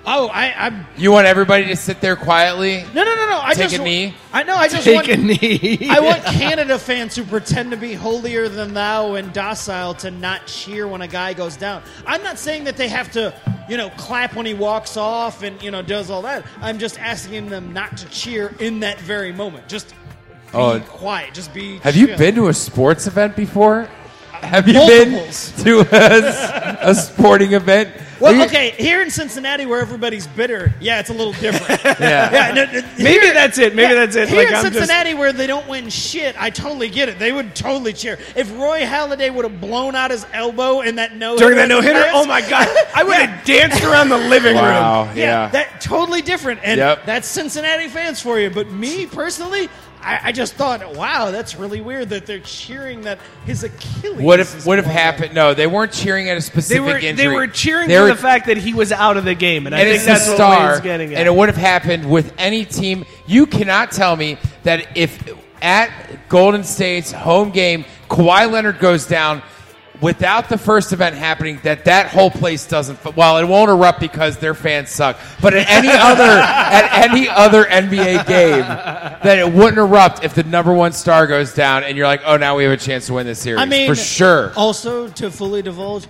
S2: Oh, I, I'm
S4: You want everybody to sit there quietly?
S2: no, no, no, no. I
S4: Take
S2: just
S4: a knee?
S2: I know. I just
S1: Take
S2: want,
S1: a knee.
S2: I want Canada fans who pretend to be holier than thou and docile to not cheer when a guy goes down. I'm not saying that they have to, you know, clap when he walks off and you know does all that. I'm just asking them not to cheer in that very moment. Just be
S4: Oh.
S2: quiet. Just be.
S4: Have you
S2: chill.
S4: been to a sports event before? Have you
S2: Multiples.
S4: been to a, s- a sporting event? Have
S2: Well,
S4: you-
S2: okay, here in Cincinnati, where everybody's bitter, yeah, it's a little different.
S4: Yeah.
S2: no, no,
S1: Maybe that's it. Maybe
S2: Yeah,
S1: that's it.
S2: Here
S1: Like
S2: in
S1: I'm just
S2: Cincinnati, where they don't win shit, I totally get it. They would totally cheer if Roy Halladay would have blown out his elbow in that no
S1: during that no hitter. Oh my god, I would have danced around the living room.
S4: Wow.
S2: Yeah,
S4: Yeah.
S2: that totally different, and
S4: Yep.
S2: that's Cincinnati fans for you. But me personally, I, I just thought, wow, that's really weird that they're cheering that his Achilles.
S4: What if
S2: is
S4: would have
S2: blown out.
S4: happened? No, they weren't cheering at
S1: They
S4: a specific
S1: were
S4: injury.
S1: they were cheering
S4: They
S1: for
S4: were-
S1: the fact that he was out of the game, and, I
S4: and
S1: think
S4: it's
S1: that's
S4: the
S1: what
S4: star,
S1: Wayne's getting at.
S4: and it would have happened with any team. You cannot tell me that if at Golden State's home game, Kawhi Leonard goes down. without the first event happening that that whole place doesn't f- well it won't erupt because their fans suck but at any other at any other NBA game that it wouldn't erupt if the number one star goes down and you're like oh now we have a chance to win this series
S2: I mean,
S4: for sure
S2: Also, to fully divulge,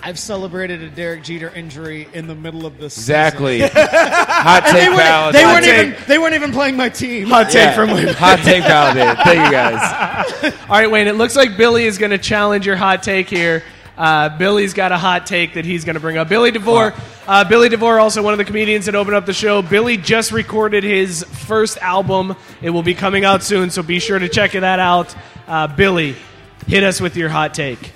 S2: I've celebrated a Derek Jeter injury in the middle of this.
S4: exactly hot take
S2: They weren't, e-,
S4: valid
S2: they weren't even they weren't even playing my team.
S6: Hot take
S4: Yeah.
S6: from Wim.
S4: hot take validated thank you guys
S1: All right, Wayne, it looks like Billy is going to challenge your hot take here. Uh, Billy's got a hot take that he's going to bring up. Billy DeVore, uh, Billy DeVore, also one of the comedians that opened up the show. Billy just recorded his first album. It will be coming out soon, so be sure to check that out. Uh, Billy, hit us with your hot take.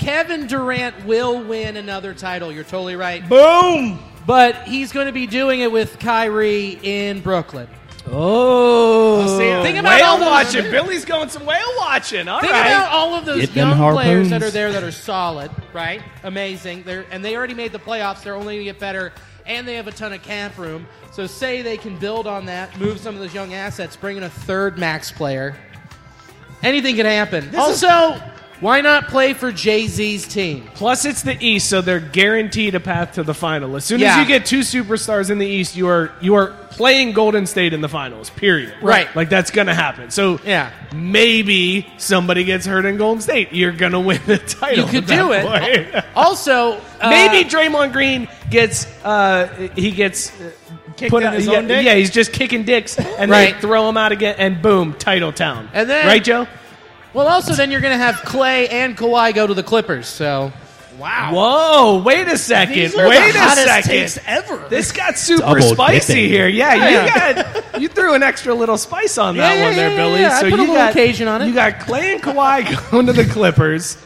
S7: Kevin Durant will win another title. You're totally right.
S2: Boom!
S7: But he's going to be doing it with Kyrie in Brooklyn.
S1: Oh,
S7: Think about all
S1: whale
S7: those-
S1: watching. Billy's going some whale watching. All right.
S7: Think about all of those
S3: Get them
S7: young players
S3: harpoons.
S7: that are there that are solid, right? Amazing. They're and they already made the playoffs. They're only going to get better, and they have a ton of cap room. So say they can build on that, move some of those young assets, bring in a third max player. Anything can happen. also, why not play for Jay Z's team?
S1: Plus, it's the East, so they're guaranteed a path to the final. As soon as
S7: Yeah.
S1: you get two superstars in the East, you are you are playing Golden State in the finals. Period.
S7: Right.
S1: Like that's gonna happen. So
S7: Yeah.
S1: maybe somebody gets hurt in Golden State. You're gonna win the title.
S7: You could
S1: at that
S7: do it.
S1: point.
S7: Also, uh,
S1: maybe Draymond Green gets uh, he gets uh,
S2: Kicked
S1: put
S2: in
S1: out-
S2: his
S1: yeah,
S2: own dick?
S1: yeah, he's just kicking dicks, and
S7: Right.
S1: they throw him out again, and boom, title town.
S7: And then-
S1: right, Joe.
S7: Well, also then you're going to have Clay and Kawhi go to the Clippers. So
S2: Wow.
S1: Whoa! Wait a second.
S2: These are
S1: wait
S2: the
S1: a
S2: hottest
S1: second.
S2: takes ever.
S1: This got super
S3: Double
S1: spicy
S3: dipping.
S1: here. Yeah, you got you threw an extra little spice on that
S7: Yeah, yeah,
S1: one there,
S7: yeah, yeah,
S1: Billy.
S7: yeah. I
S1: So
S7: put a
S1: you
S7: little
S1: got
S7: Cajun on it.
S1: You got Clay and Kawhi going to the Clippers.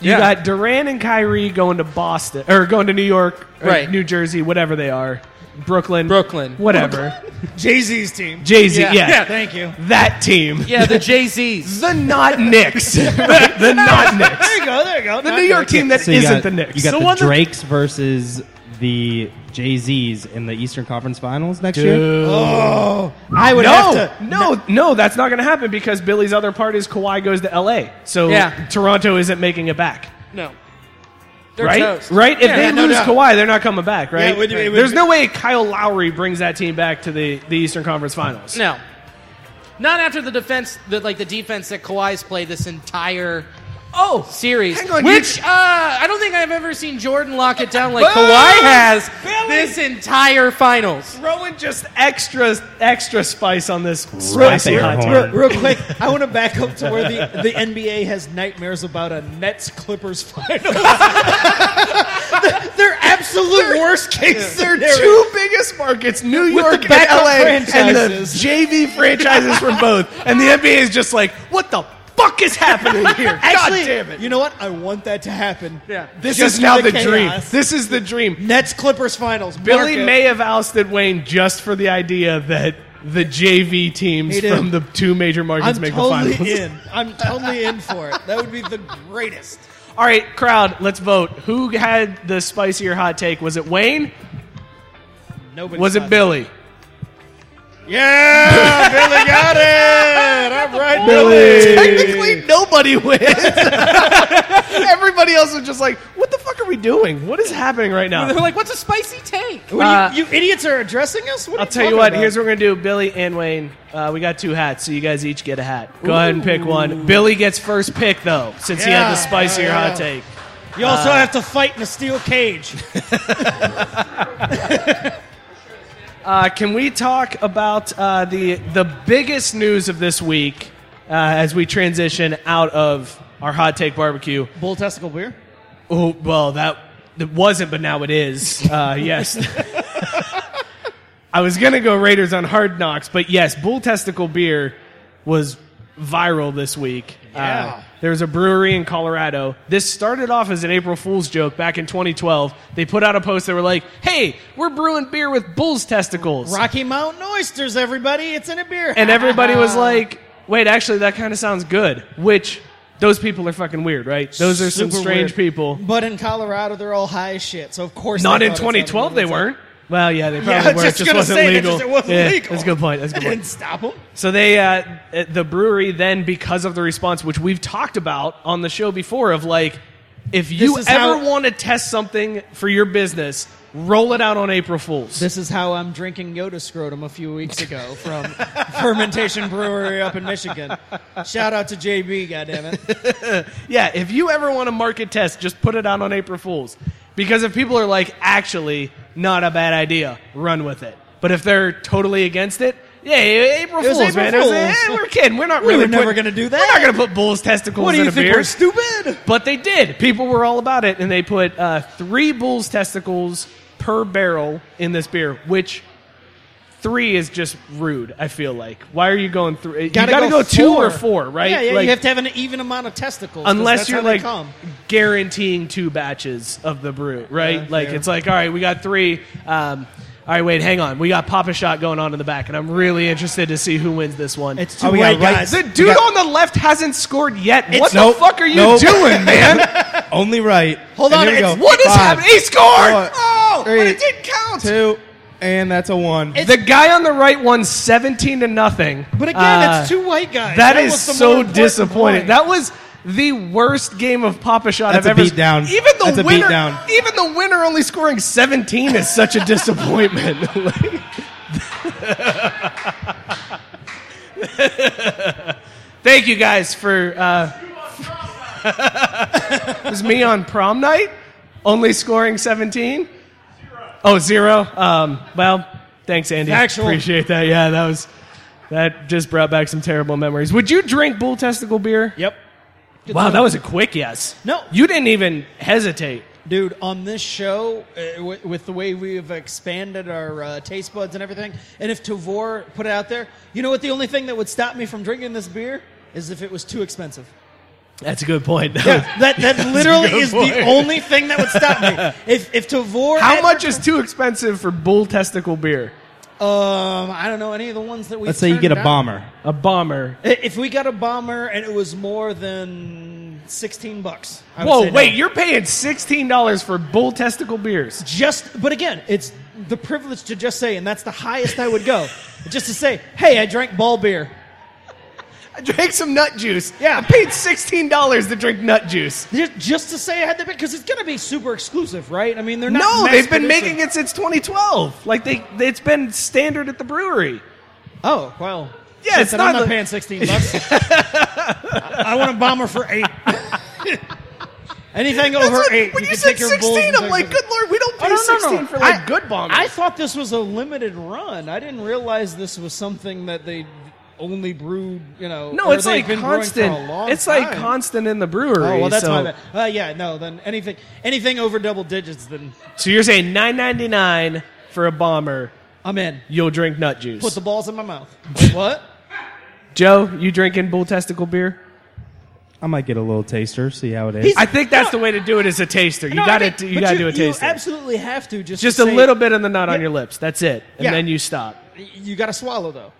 S1: You
S7: Yeah.
S1: got Durant and Kyrie going to Boston or going to New York, or
S7: Right.
S1: New Jersey, whatever they are, Brooklyn,
S7: Brooklyn.
S1: whatever.
S2: Jay Z's team.
S1: Jay Z, yeah.
S7: Yeah.
S2: Thank you.
S1: that team,
S7: yeah, the Jay Z's.
S1: the not Knicks, the not Knicks,
S2: There you go. There you go.
S1: the New York team that
S3: you
S1: not
S3: got,
S1: the Knicks.
S3: You got
S1: The
S3: the,
S1: one that-
S3: Drakes versus the Jay Z's in the Eastern Conference Finals next year.
S2: I would
S1: No,
S2: have to.
S1: no, no, that's not going to happen because Billy's other part is Kawhi goes to LA. So
S7: Yeah.
S1: Toronto isn't making it back.
S7: No. They're
S1: Right?
S7: toast.
S1: Right? If they
S7: yeah, no
S1: lose
S7: doubt.
S1: Kawhi, they're not coming back, right?
S2: it would- it would-
S1: There's no way Kyle Lowry brings that team back to the, the Eastern Conference Finals.
S7: No. Not after the defense, the, like the defense that Kawhi's played this entire oh series,
S1: hang on,
S7: which
S1: you-
S7: uh, I don't think I've ever seen Jordan lock it down like
S1: Boom!
S7: Kawhi has
S1: Billy!
S7: this entire finals.
S1: Throwing just extra extra spice on this
S3: Right
S1: spicy
S3: there,
S1: hot
S3: Horn.
S1: take.
S2: Real quick, I want to back up to where the, the NBA has nightmares about a Nets Clippers final. They're absolute worst case.
S1: Their
S2: scenario.
S1: two biggest markets, New York
S2: the
S1: and
S2: backup
S1: LA, and the
S2: franchises.
S1: JV franchises from both. And the NBA is just like, what the fuck is happening here?
S2: Actually,
S1: God damn it.
S2: you know what? I want that to happen.
S1: Yeah. This
S2: Just
S1: is now
S2: the
S1: the, dream.
S2: chaos.
S1: This is the dream.
S2: Nets Clippers finals.
S1: Billy
S2: Mark it.
S1: may have ousted Wayne just for the idea that the JV teams
S2: He did.
S1: from the two major markets
S2: I'm
S1: make
S2: totally
S1: the finals.
S2: in. I'm totally in for it. That would be the greatest.
S1: All right, crowd, let's vote. Who had the spicier hot take? Was it Wayne?
S2: Nobody
S1: Was it
S2: thought-
S1: Billy?
S5: Yeah, Billy got it. I'm right,
S1: Technically, nobody wins. Everybody else is just like, what the fuck are we doing? What is happening right now?
S7: They're like, "What's a spicy take?"
S2: What are
S1: Uh,
S2: you, you idiots are addressing us? What are
S1: I'll tell you
S2: talking
S1: what.
S2: about?
S1: Here's what we're gonna do. Billy and Wayne, uh, we got two hats, so you guys each get a hat. Go ahead and pick one. Billy gets first pick though, since he had
S2: Yeah.
S1: the spicier
S2: Yeah, yeah.
S1: hot take.
S2: you also have to fight in a steel cage.
S1: Uh, can we talk about uh, the the biggest news of this week uh, as we transition out of our hot take barbecue?
S2: Bull testicle beer.
S1: Oh well, that it wasn't, but now it is. Uh, yes. I was gonna go Raiders on Hard Knocks, but yes, Bull Testicle beer was viral this week.
S2: Yeah.
S1: Uh, there was a brewery in Colorado. This started off as an April Fool's joke back in 2012. They put out a post. They were like, "Hey, we're brewing beer with bull's testicles,"
S2: Rocky Mountain oysters, everybody. It's in a beer.
S1: and everybody was like, "Wait, actually, that kind of sounds good." Which those people are fucking weird, right? Those are some
S2: Super
S1: strange
S2: weird.
S1: people.
S2: But in Colorado, they're all high as shit. So of course,
S1: Not
S2: they
S1: in
S2: thought it sounded
S1: 2012, they
S2: really
S1: weren't. Well, yeah, they probably
S2: Yeah,
S1: weren't.
S2: just
S1: It just
S2: gonna
S1: wasn't
S2: say that
S1: legal.
S2: just- it wasn't
S1: Yeah,
S2: legal.
S1: That's a good point. That's a good
S2: good.
S1: point.
S2: Didn't stop them.
S1: So they, uh, at the brewery then, because of the response, which we've talked about on the show before, of like, If you
S2: is
S1: ever
S2: how-
S1: want to test something for your business, roll it out on April Fools.
S2: This is how I'm drinking Yoda scrotum a few weeks ago from Fermentation Brewery up in Michigan. Shout out to JB, goddammit.
S1: yeah, if you ever want to market test, just put it out on April Fools. Because if people are like, actually, not a bad idea, run with it. But if they're totally against it, yeah, April
S2: It was
S1: Fools,
S2: April
S1: man. It was,
S2: Fools.
S1: eh, we're kidding. We're not
S2: We
S1: really.
S2: were never
S1: putting-
S2: gonna do
S1: We're
S2: that.
S1: not going to put bull's testicles
S2: What do
S1: in
S2: you
S1: a
S2: think?
S1: beer.
S2: We're stupid.
S1: But they did. People were all about it, and they put uh, three bull's testicles per barrel in this beer, which three is just rude. I feel like. Why are you going three? You gotta go, two or four, right?
S2: Yeah, yeah.
S1: Like-
S2: you have to have an even amount of testicles. 'cause
S1: unless
S2: that's
S1: you're
S2: how they
S1: like
S2: come.
S1: guaranteeing two batches of the brew, right?
S2: Yeah,
S1: like
S2: fair.
S1: it's like, all right, we got three. Um, all right, wait, hang on. We got Papa Shot going on in the back, and I'm really interested to see who wins this one.
S2: It's two
S1: too
S2: Oh, we
S1: late,
S2: white got right- guys.
S1: The
S2: we
S1: dude
S2: got-
S1: on the left hasn't scored yet. what
S3: Nope.
S1: the fuck are you
S3: Nope.
S1: doing, man?
S3: Only right.
S2: Hold
S3: And
S2: on,
S3: here we
S2: it's-
S3: go.
S1: what is
S3: Five,
S1: happening? He scored.
S3: four,
S1: oh, but it
S3: three,
S1: didn't count.
S3: Two, and that's a one.
S1: The guy on the right won 17 to nothing.
S2: But again,
S1: Uh,
S2: it's two white guys.
S1: That is
S2: was the more
S1: so
S2: important
S1: disappointing.
S2: point.
S1: That was the worst game of Papa Shot
S3: That's
S1: I've
S3: a
S1: ever
S3: beatdown.
S1: Even the
S3: That's a
S1: winner,
S3: beatdown.
S1: even the winner only scoring 17 is such a disappointment. Like- Thank you guys for. Uh, it was me on prom night, only scoring 17. Oh, zero. Um, well, thanks, Andy.
S2: Factual.
S1: Appreciate that. Yeah, that was that just brought back some terrible memories. Would you drink bull testicle beer?
S2: Yep.
S1: Wow, that was a quick yes.
S2: No.
S1: you didn't even hesitate.
S2: Dude, on this show, uh, w- with the way we've expanded our uh, taste buds and everything, and if Tavor put it out there, you know what? The only thing that would stop me from drinking this beer is if it was too expensive.
S1: That's a good point.
S2: That that literally is
S1: point.
S2: the only thing that would stop me. If if Tavor,
S1: How
S2: had-
S1: much is too expensive for bull testicle beer?
S2: Um, I don't know any of the ones that we.
S3: Let's say you
S2: turned
S3: get a
S2: down.
S3: bomber.
S1: A bomber.
S2: I- If we got a bomber and it was more than sixteen bucks. I would
S1: Whoa,
S2: say no.
S1: wait! You're paying sixteen dollars for bull testicle beers.
S2: just but again it's the privilege to just say and that's the highest i would go just to say hey i drank ball beer
S1: I drank some nut juice.
S2: Yeah.
S1: I paid sixteen dollars to drink nut juice.
S2: just, just to say i had the because it's gonna be super exclusive right i mean they're not
S1: No,
S2: mass
S1: they've been
S2: producing.
S1: making it since 2012. Like they, it's been standard at the brewery.
S2: oh well
S1: Yeah,
S2: Shit,
S1: it's
S2: then
S1: not
S2: i'm not
S1: the-
S2: paying 16 bucks i want a bomber for eight anything over
S1: That's what-
S2: eight
S1: when you,
S2: can
S1: said
S2: take your Bulls
S1: 16,
S2: and
S1: I'm
S2: take
S1: like,
S2: them.
S1: good lord, we don't pay
S2: Oh, no, no, no.
S1: 16 for like
S2: I-
S1: good bombers.
S2: I thought this was a limited run. I didn't realize this was something that they only brewed. You know,
S1: no,
S2: or
S1: it's
S2: they've
S1: like
S2: been brewing
S1: constant.
S2: For a long
S1: It's like
S2: time.
S1: constant in the brewery.
S2: Oh well, that's
S1: so.
S2: my bad. Uh, yeah, no. Then anything, anything over double digits, then
S1: So you're saying 9.99 for a bomber,
S2: I'm in.
S1: you'll drink nut juice.
S2: Put the balls in my mouth. Wait, what?
S1: Joe, you drinking bull testicle beer?
S3: I might get a little taster, see how it is.
S2: He's-
S1: I think that's the way to do it as a taster. You
S2: No, I
S1: got
S2: mean,
S1: to you
S2: but
S1: got to do a taster.
S2: You absolutely have to just
S1: Just
S2: to
S1: a
S2: say-
S1: little bit of the nut on your lips. That's it. And
S2: Yeah.
S1: then you stop.
S2: You got to swallow though.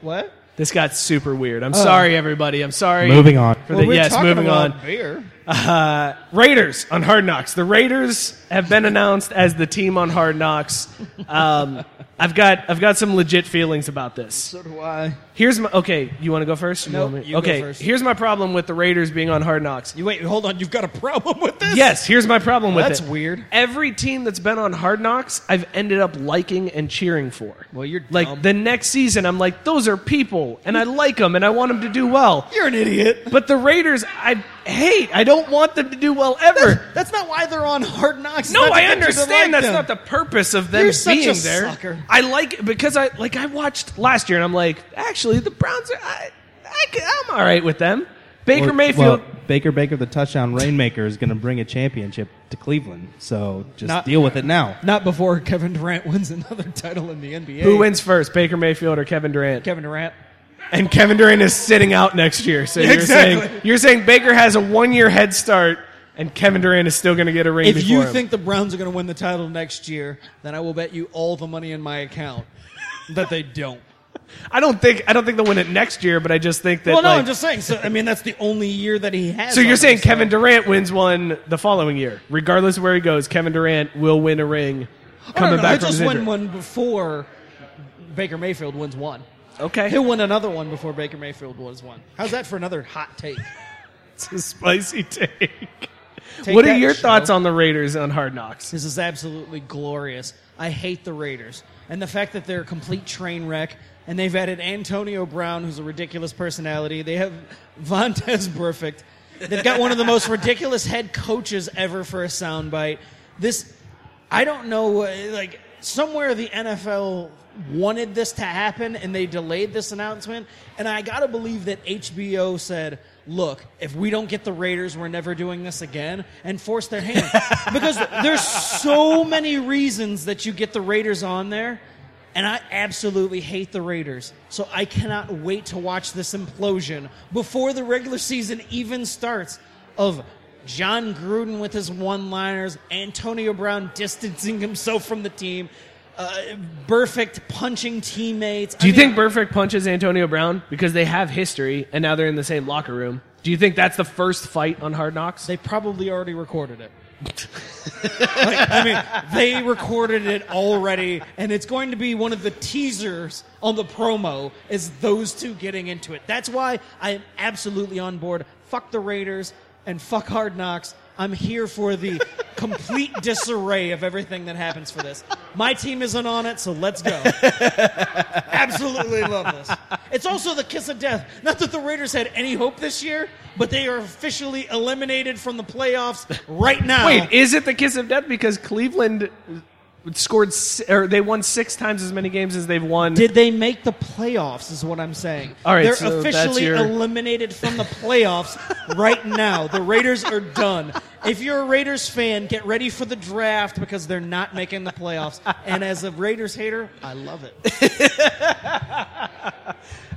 S2: what?
S1: This got super weird.
S2: Uh.
S1: I'm sorry, everybody. I'm sorry.
S3: Moving on.
S1: For
S2: Well,
S1: the,
S2: we're
S1: yes,
S2: talking
S1: moving
S2: about
S1: on.
S2: Beer.
S1: Uh, Raiders on Hard Knocks. The Raiders have been announced as the team on Hard Knocks. Um, I've got I've got some legit feelings about this.
S2: So do I.
S1: Here's my okay. You want to go first? You
S2: Nope,
S1: want me-
S2: you go
S1: okay.
S2: first.
S1: Here's my problem with the Raiders being on Hard Knocks.
S2: You wait. Hold on. You've got a problem with this?
S1: Yes, here's my problem with
S2: That's
S1: it.
S2: weird.
S1: Every team that's been on Hard Knocks, I've ended up liking and cheering for.
S2: Well, you're dumb.
S1: like the next season, I'm like, those are people, and I like them, and I want them to do well.
S2: You're an idiot.
S1: But the Raiders, I hate. I don't want them to do well ever.
S2: That's not why they're on Hard Knocks. It's
S1: No,
S2: not to
S1: I
S2: get you to like
S1: understand that's
S2: them.
S1: not the purpose of them
S2: You're such
S1: being
S2: a
S1: there.
S2: sucker.
S1: I like because I like I watched last year and I'm like, actually the Browns are I, I am all right with them. Baker
S3: Well,
S1: Mayfield
S3: well, Baker Baker, the touchdown rainmaker, is going to bring a championship to Cleveland. So just
S2: Not-
S3: deal with it now.
S2: Not before Kevin Durant wins another title in the NBA.
S1: who wins first, Baker Mayfield or Kevin Durant?
S2: Kevin Durant.
S1: and Kevin Durant is sitting out next year. So you're
S2: Exactly.
S1: saying you're saying Baker has a 1-year head start and Kevin Durant is still going to get a ring
S2: If
S1: before
S2: you
S1: him.
S2: think the Browns are going to win the title next year, then I will bet you all the money in my account that they don't.
S1: I don't think I don't think they'll win it next year, but I just think that
S2: Well, no,
S1: like,
S2: I'm just saying. So, I mean, that's the only year that he has.
S1: So you're
S2: on
S1: saying
S2: him,
S1: Kevin Durant wins one the following year, regardless of where he goes, Kevin Durant will win a ring
S2: I don't
S1: coming
S2: know,
S1: back from
S2: He'll just
S1: his
S2: win
S1: injury.
S2: one before Baker Mayfield wins one.
S1: Okay,
S2: He'll win another one before Baker Mayfield wins one. How's that for another hot take?
S1: it's a spicy take.
S2: Take
S1: what are
S2: that,
S1: your
S2: Joe.
S1: thoughts on the Raiders on Hard Knocks?
S2: This is absolutely glorious. I hate the Raiders. And the fact that they're a complete train wreck, and they've added Antonio Brown, who's a ridiculous personality. They have Vontez Perfect. They've got one of the most ridiculous head coaches ever for a soundbite. This, I don't know, uh, like, somewhere the NFL wanted this to happen and they delayed this announcement. And I got to believe that HBO said, look, if we don't get the Raiders, we're never doing this again, and forced their hand. because there's so many reasons that you get the Raiders on there. And I absolutely hate the Raiders. So I cannot wait to watch this implosion before the regular season even starts of John Gruden with his one liners, Antonio Brown distancing himself from the team, uh, perfect punching teammates.
S1: Do you think Burfict punches Antonio Brown because they have history and now they're in the same locker room? Do you think that's the first fight on Hard Knocks?
S2: they probably already recorded it? Like, I mean, they recorded it already, and it's going to be one of the teasers on the promo is those two getting into it. That's why I am absolutely on board. Fuck the Raiders and fuck Hard Knocks. I'm here for the complete disarray of everything that happens for this. My team isn't on it, so let's go. Absolutely love this. It's also the kiss of death. Not that the Raiders had any hope this year, but they are officially eliminated from the playoffs right now.
S1: Wait, is it the kiss of death because Cleveland scored s- or they won six times as many games as they've won?
S2: Did they make the playoffs? Is what I'm saying.
S1: All right,
S2: they're
S1: so that's
S2: officially
S1: your-
S2: eliminated from the playoffs right now. The Raiders are done. If you're a Raiders fan, get ready for the draft because they're not making the playoffs. And as a Raiders hater, I love it.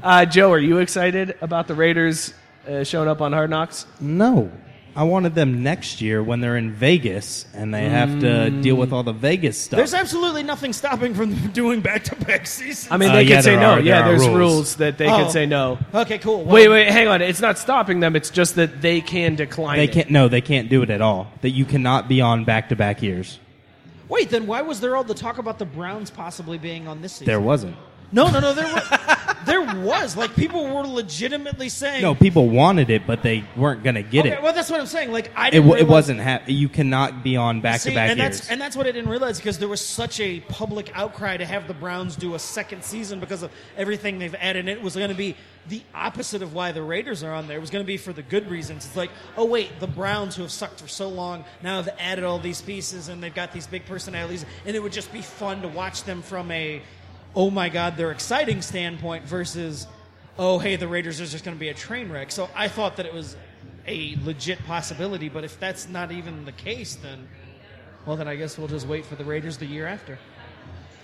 S1: uh, Joe, are you excited about the Raiders uh, showing up on Hard Knocks?
S3: No. I wanted them next year when they're in Vegas and they have to deal with all the Vegas stuff.
S2: There's absolutely nothing stopping from them doing back-to-back seasons.
S1: I mean,
S3: Uh,
S1: they
S3: yeah,
S1: could say
S3: there
S1: no.
S3: are- there
S1: yeah,
S3: are
S1: there's
S3: rules.
S1: rules. that they
S2: Oh.
S1: could say no.
S2: okay, cool. Well,
S1: Wait, wait, hang on. It's not stopping them. It's just that they can decline.
S3: they
S1: it.
S3: can't. No, they can't do it at all. That you cannot be on back-to-back years.
S2: Wait, then why was there all the talk about the Browns possibly being on this season?
S3: There wasn't.
S2: no, no, no. There was. there was like people were legitimately saying.
S3: No, people wanted it, but they weren't going to get
S2: Okay,
S3: it.
S2: well, that's what I'm saying. Like I
S3: it,
S2: didn't
S3: w- it
S2: realize-
S3: wasn't. Hap- you cannot be on
S2: See,
S3: back-to-back
S2: and
S3: years.
S2: that's and that's what I didn't realize because there was such a public outcry to have the Browns do a second season because of everything they've added. It was going to be the opposite of why the Raiders are on there. It was going to be for the good reasons. It's like, oh wait, the Browns who have sucked for so long now have added all these pieces and they've got these big personalities, and it would just be fun to watch them from a, oh my god, they're exciting standpoint versus, oh hey, the Raiders are just going to be a train wreck. So I thought that it was. A legit possibility, but if that's not even the case, then well, then I guess we'll just wait for the Raiders the year after.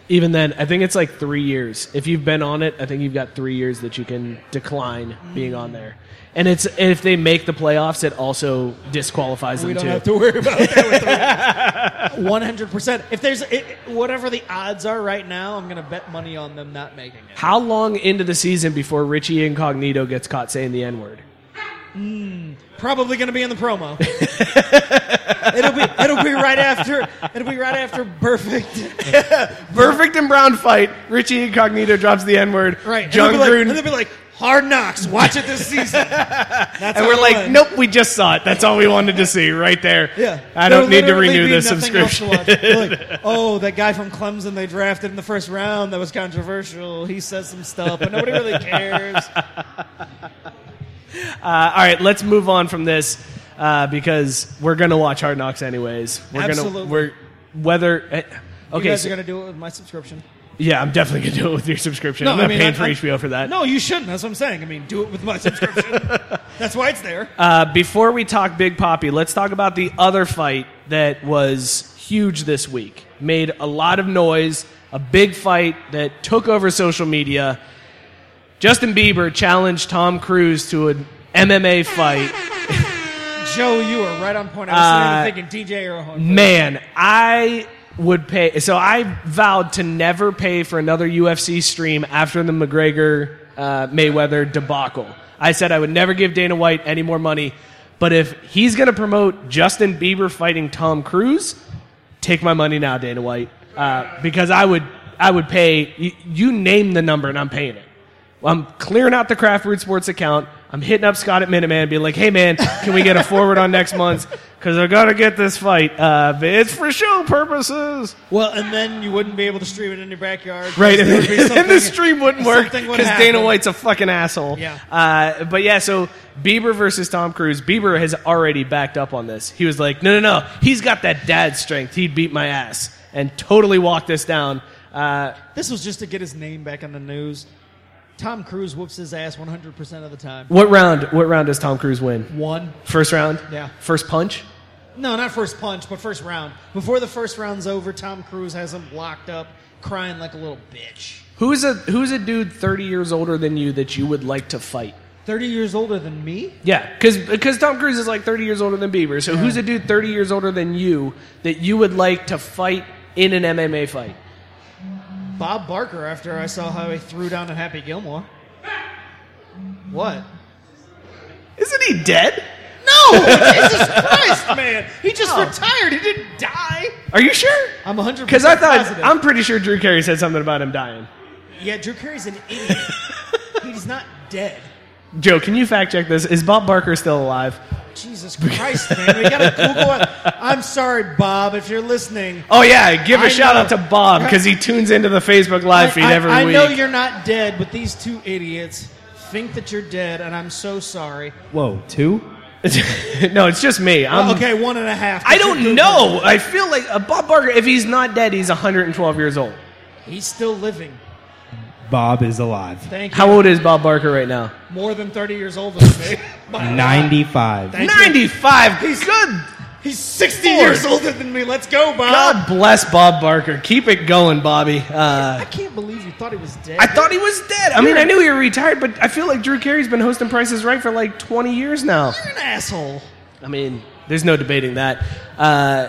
S1: Even then, I think it's like three years. If you've been on it, I think you've got three years that you can decline being on there. And it's and if they make the playoffs, it also disqualifies them too.
S2: worry about that. One hundred percent. If there's it, whatever the odds are right now, I'm gonna bet money on them not making it.
S1: How long into the season before Richie Incognito gets caught saying the N word?
S2: Probably gonna be in the promo. it'll be it'll be right after it'll be right after perfect.
S1: Perfect and Brown fight. Richie Incognito drops the N word.
S2: Right.
S1: John
S2: and they'll be
S1: Gruden.
S2: Like, and they'll be like hard knocks. Watch it this season. That's
S1: and
S2: how
S1: we're
S2: it
S1: like,
S2: went.
S1: nope, we just saw it. That's all we wanted to see right there.
S2: Yeah.
S1: I
S2: There
S1: don't need to
S2: literally
S1: renew
S2: be
S1: this
S2: nothing else to
S1: subscription.
S2: watch. Like, oh, that guy from Clemson they drafted in the first round that was controversial. He says some stuff, but nobody really cares.
S1: Uh, all right, let's move on from this uh, because we're going to watch Hard Knocks anyways. We're
S2: Absolutely.
S1: Gonna, we're whether. eh,
S2: you
S1: Okay,
S2: guys
S1: so-
S2: are gonna do it with my subscription.
S1: yeah, I'm definitely gonna do it with your subscription. I'm not paying for HBO for that.
S2: No, you shouldn't. That's what I'm saying. I mean, do it with my subscription. That's why it's there.
S1: Uh, before we talk Big Poppy, let's talk about the other fight that was huge this week. Made a lot of noise, a big fight that took over social media. Justin Bieber challenged Tom Cruise to an MMA fight.
S2: Joe, you are right on point. I was
S1: Uh,
S2: sitting there thinking DJ or
S1: Man, I would pay. So I vowed to never pay for another UFC stream after the McGregor uh, Mayweather debacle. I said I would never give Dana White any more money. But if he's going to promote Justin Bieber fighting Tom Cruise, take my money now, Dana White, uh, because I would I would pay. You, you name the number, and I'm paying it. I'm clearing out the Craft Root Sports account. I'm hitting up Scott at Minuteman, being like, "Hey man, can we get a forward on next month's? Because I gotta get this fight. Uh, but it's for show purposes,
S2: Well, and then you wouldn't be able to stream it in your backyard. 'cause
S1: right? And,
S2: there would be something-
S1: the stream wouldn't work
S2: something would
S1: because Dana
S2: happen.
S1: White's a fucking asshole.
S2: Yeah.
S1: Uh, but yeah, so Bieber versus Tom Cruise. Bieber has already backed up on this. He was like, "No, no, no. He's got that dad strength. He'd beat my ass and totally walk this down." Uh,
S2: This was just to get his name back on the news. Tom Cruise whoops his ass 100% of the time.
S1: what round? What round does Tom Cruise win?
S2: One.
S1: First round?
S2: Yeah.
S1: First punch?
S2: No, not first punch, but first round. Before the first round's over, Tom Cruise has him locked up, crying like a little bitch.
S1: Who's a who's a dude 30 years older than you that you would like to fight?
S2: 30 years older than me?
S1: Yeah, cuz Tom Cruise is like 30 years older than Bieber. So who's a dude 30 years older than you that you would like to fight in an MMA fight?
S2: Bob Barker, after I saw how he threw down at Happy Gilmore. What?
S1: Isn't he dead?
S2: No! Jesus Christ, man! He just retired. He didn't die.
S1: Are you sure?
S2: I'm 100%
S1: Cuz I thought
S2: positive.
S1: I'm pretty sure Drew Carey said something about him dying.
S2: Yeah, Drew Carey's an idiot. He's not dead.
S1: Joe, can you fact check this? Is Bob Barker still alive?
S2: Jesus Christ, man. We gotta Google it. I'm sorry, Bob, if you're listening.
S1: Oh yeah, give a
S2: I
S1: shout
S2: know.
S1: out to Bob cuz he tunes into the Facebook live feed
S2: I,
S1: every
S2: I
S1: week.
S2: know you're not dead, but these two idiots think that you're dead, and I'm so sorry.
S3: Whoa, two?
S1: no, it's just me. I'm
S2: Oh, okay, one and a half.
S1: I don't know. I feel like uh, Bob Barker, if he's not dead, he's 112 years old.
S2: He's still living.
S3: Bob is alive.
S2: Thank you.
S1: How old is Bob Barker right now?
S2: More than 30 years older than me. By a lot.
S3: 95.
S2: Thank you. Uh,
S1: 95. He's good.
S2: He's 60 years older than me. Let's go, Bob.
S1: God bless Bob Barker. Keep it going, Bobby. Uh,
S2: I can't believe you thought he was dead.
S1: I thought he was dead. I mean, I knew he retired, but I feel like Drew Carey's been hosting Prices Right for like 20 years now.
S2: You're an asshole.
S1: I mean, there's no debating that. Uh,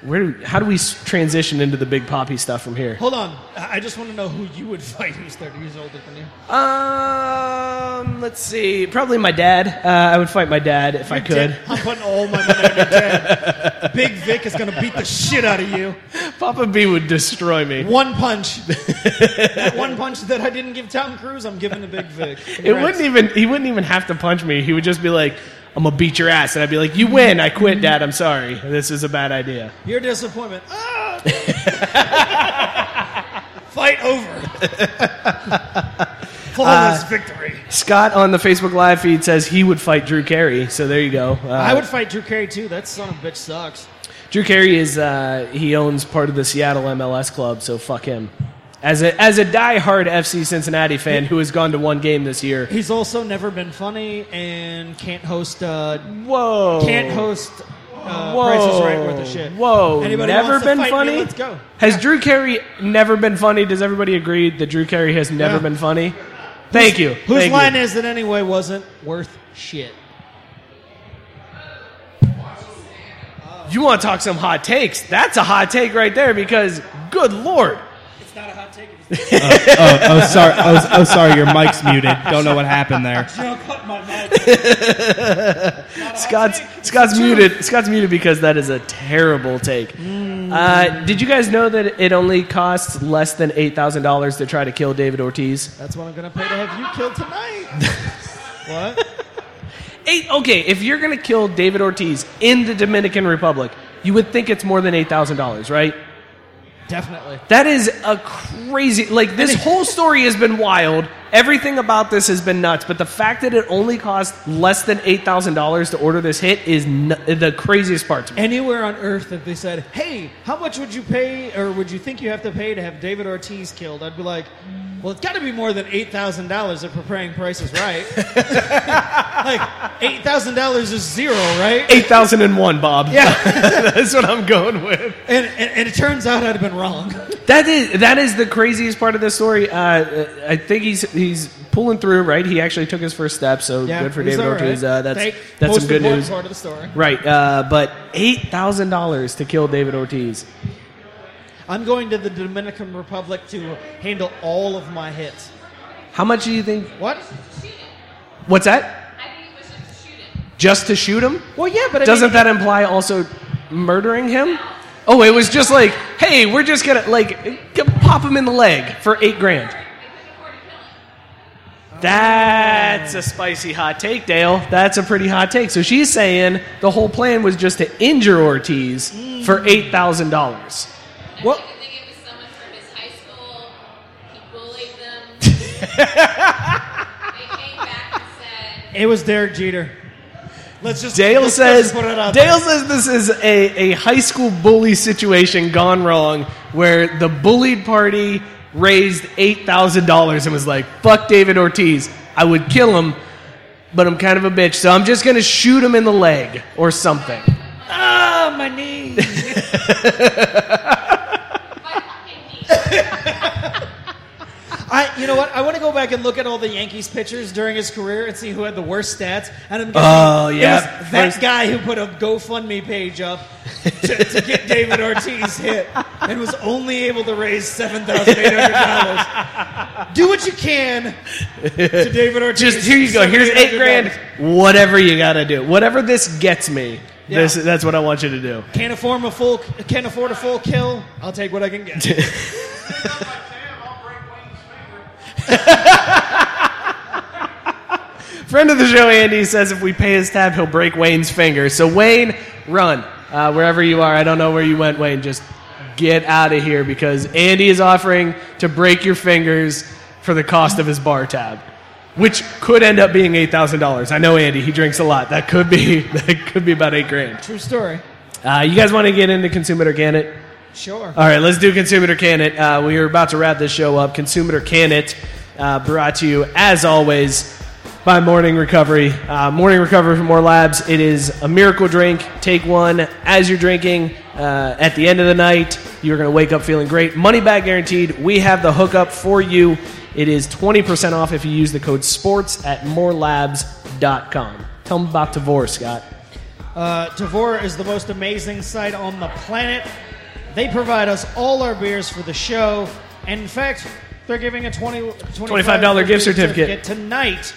S1: where do, how do we s- transition into the Big Poppy stuff from here?
S2: Hold on. I I just want to know who you would fight who's 30 years older than you.
S1: Um, let's see. Probably my dad. Uh, I would fight my dad if I could.
S2: I'm putting all my money on your dad. Big Vic is going to beat the shit out of you.
S1: Papa B would destroy me.
S2: One punch. that one punch that I didn't give Tom Cruise, I'm giving to Big Vic.
S1: It wouldn't even he wouldn't even have to punch me. He would just be like, "I'm gonna beat your ass," and I'd be like, "You win. I quit, Dad. I'm sorry. This is a bad idea."
S2: Your disappointment. Ah! Fight over. Flawless victory.
S1: Scott on the Facebook live feed says he would fight Drew Carey. So there you go. Uh,
S2: I would fight Drew Carey too. That son of a bitch sucks.
S1: Drew Carey is uh, he owns part of the Seattle MLS club, so fuck him. As a as a diehard FC Cincinnati fan who has gone to one game this year.
S2: He's also never been funny and can't host. Uh,
S1: Whoa.
S2: can't host. Uh, Price is Right worth a shit.
S1: Whoa,
S2: Anybody
S1: never
S2: wants to
S1: been
S2: fight me?
S1: funny.
S2: let's go.
S1: Has Drew Carey never been funny? Does everybody agree that Drew Carey has never
S2: Yeah.
S1: been funny? Thank you.
S2: Whose
S1: Thank
S2: line
S1: you.
S2: is it anyway? Wasn't worth shit.
S1: You want to talk some hot takes? That's a hot take right there because good lord.
S2: It's not a hot take.
S3: Oh, oh, sorry. Oh, oh, sorry. Your mic's muted. Don't know what happened there.
S1: Scott's Scott's muted. Scott's muted because that is a terrible take.
S2: Mm.
S1: Uh, did you guys know that it only costs less than eight thousand dollars to try to kill David Ortiz?
S2: That's what I'm gonna pay to have you killed tonight. what?
S1: Eight. Okay, if you're gonna kill David Ortiz in the Dominican Republic, you would think it's more than eight thousand dollars, right?
S2: Definitely.
S1: That is a crazy. Like this whole story has been wild. Everything about this has been nuts. But the fact that it only cost less than eight thousand dollars to order this hit is nu- the craziest part to me.
S2: Anywhere on earth that they said, "Hey, how much would you pay, or would you think you have to pay to have David Ortiz killed?" I'd be like, "Well, it's got to be more than eight thousand dollars if we're praying Price is Right." like eight thousand dollars is zero, right?
S1: Eight thousand and one, Bob.
S2: Yeah,
S1: that's what I'm going with.
S2: and, and and it turns out I'd have been wrong.
S1: That is that is the craziest part of this story. Uh, I think he's he's pulling through. Right, he actually took his first step. So
S2: Yeah,
S1: good for
S2: he's
S1: David
S2: all right.
S1: Ortiz. Uh, that's
S2: Thank-
S1: that's
S2: most
S1: some good
S2: important
S1: news.
S2: Part of the story.
S1: Right, uh, but eight thousand dollars to kill David Ortiz.
S2: I'm going to the Dominican Republic to handle all of my hits.
S1: How much do you think?
S2: What?
S1: What's that? Just to shoot him?
S2: Well, yeah, but I
S1: Doesn't
S2: mean,
S1: that imply also murdering him? Oh, it was just like, hey, we're just gonna like g- pop him in the leg for eight grand. That's a spicy hot take, Dale. That's a pretty hot take. So she's saying the whole plan was just to injure Ortiz for eight thousand dollars. Well,
S6: I think it was someone from his high school. He bullied them. they came back and said,
S2: It was Derek Jeter. Let's just
S1: Dale
S2: let's
S1: says
S2: just put it out
S1: Dale says this is a, a high school bully situation gone wrong where the bullied party raised eight thousand dollars and was like, fuck David Ortiz. I would kill him, but I'm kind of a bitch, so I'm just gonna shoot him in the leg or something.
S2: Ah, my knee.
S6: "My fucking knee."
S2: I, you know what? I want to go back and look at all the Yankees pitchers during his career and see who had the worst stats. And I'm guessing
S1: Oh,
S2: it
S1: yeah.
S2: was that
S1: First-
S2: guy who put a GoFundMe page up to, to get David Ortiz hit and was only able to raise seven thousand eight hundred dollars. Do what you can to David Ortiz.
S1: Just here you go. Here's eight grand. Whatever you gotta do. Whatever this gets me, this
S2: Yeah.
S1: that's what I want you to do.
S2: Can't afford a full. Can't afford a full kill. I'll take what I can get.
S1: Friend of the show, Andy, says if we pay his tab, he'll break Wayne's finger. So, Wayne, run. Uh, wherever you are, I don't know where you went, Wayne. Just get out of here because Andy is offering to break your fingers for the cost of his bar tab, which could end up being $8,000. I know Andy, he drinks a lot. That could be, that could be about eight grand.
S2: True story.
S1: Uh, you guys want to get into Consume It or Can It?
S2: Sure.
S1: All right, let's do Consume It or Can It. Uh, we are about to wrap this show up. Consume It or Can It, uh, brought to you, as always, by Morning Recovery. Uh, Morning Recovery from More Labs. It is a miracle drink. Take one as you're drinking. Uh, at the end of the night, you're going to wake up feeling great. Money back guaranteed. We have the hookup for you. It is 20% off if you use the code SPORTS at morelabs.com. Tell them about Tavor, Scott.
S2: Uh, Tavor is the most amazing site on the planet. They provide us all our beers for the show. And in fact, they're giving a 20,
S1: $25 gift certificate.
S2: tonight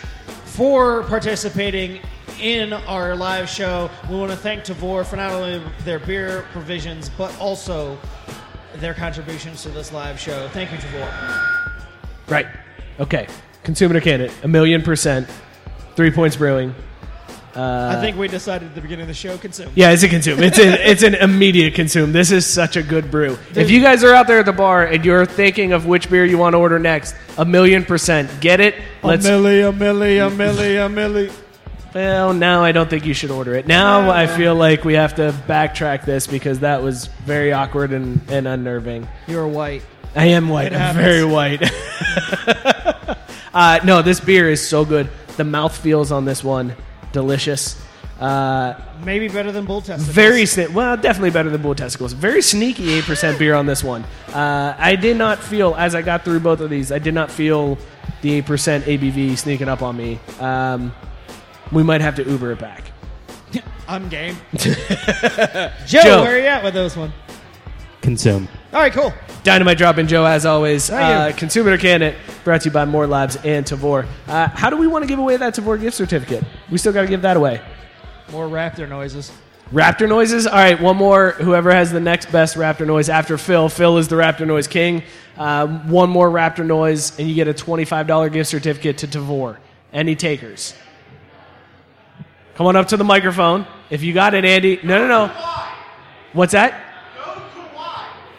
S2: for participating in our live show. We want to thank Tavor for not only their beer provisions, but also their contributions to this live show. Thank you,
S1: Uh,
S2: Tavor.
S1: Right. Okay. Consume it or can it? A million percent. Three Points Brewing.
S2: I think we decided at the beginning of the show, consume.
S1: Yeah, it's a consume. It's an, it's an immediate consume. This is such a good brew. If you guys are out there at the bar and you're thinking of which beer you want to order next, a million percent. Get it. Let's.
S2: milli, a milli, a milli, a milli.
S1: Well, now I don't think you should order it. Now I feel like we have to backtrack this because that was very awkward and, and unnerving.
S2: You're white.
S1: I am white.
S2: It
S1: I'm
S2: happens.
S1: very white. uh, no, this beer is so good. The mouth feels on this one delicious. Uh,
S2: Maybe better than bull testicles.
S1: very sne- well, definitely better than bull testicles. Very sneaky eight percent beer on this one. Uh, I did not feel as I got through both of these. I did not feel the eight percent ABV sneaking up on me. Um, we might have to Uber it back.
S2: I'm game. Joe,
S1: Joe.
S2: where are you at with those one?
S3: Consume.
S2: All right, cool.
S1: Dynamite Drop and Joe, as always.
S2: Thank you.
S1: Uh, Consumer to Can It, brought to you by More Labs and Tavor. Uh, how do we want to give away that Tavor gift certificate? We still got to give that away.
S2: More raptor noises.
S1: Raptor noises. All right, one more. Whoever has the next best raptor noise after Phil. Phil is the raptor noise king. Um, one more raptor noise, and you get a twenty-five dollar gift certificate to Tavor. Any takers? Come on up to the microphone. If you got it, Andy. No, no, no. What's that?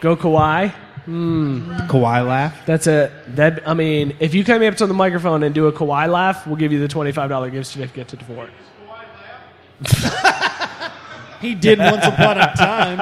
S1: Go Kawhi. Hmm.
S3: Kawhi laugh.
S1: That's a that. I mean, if you come up to the microphone and do a Kawhi laugh, we'll give you the twenty-five dollar gift certificate to Tavor.
S2: He did once upon a time.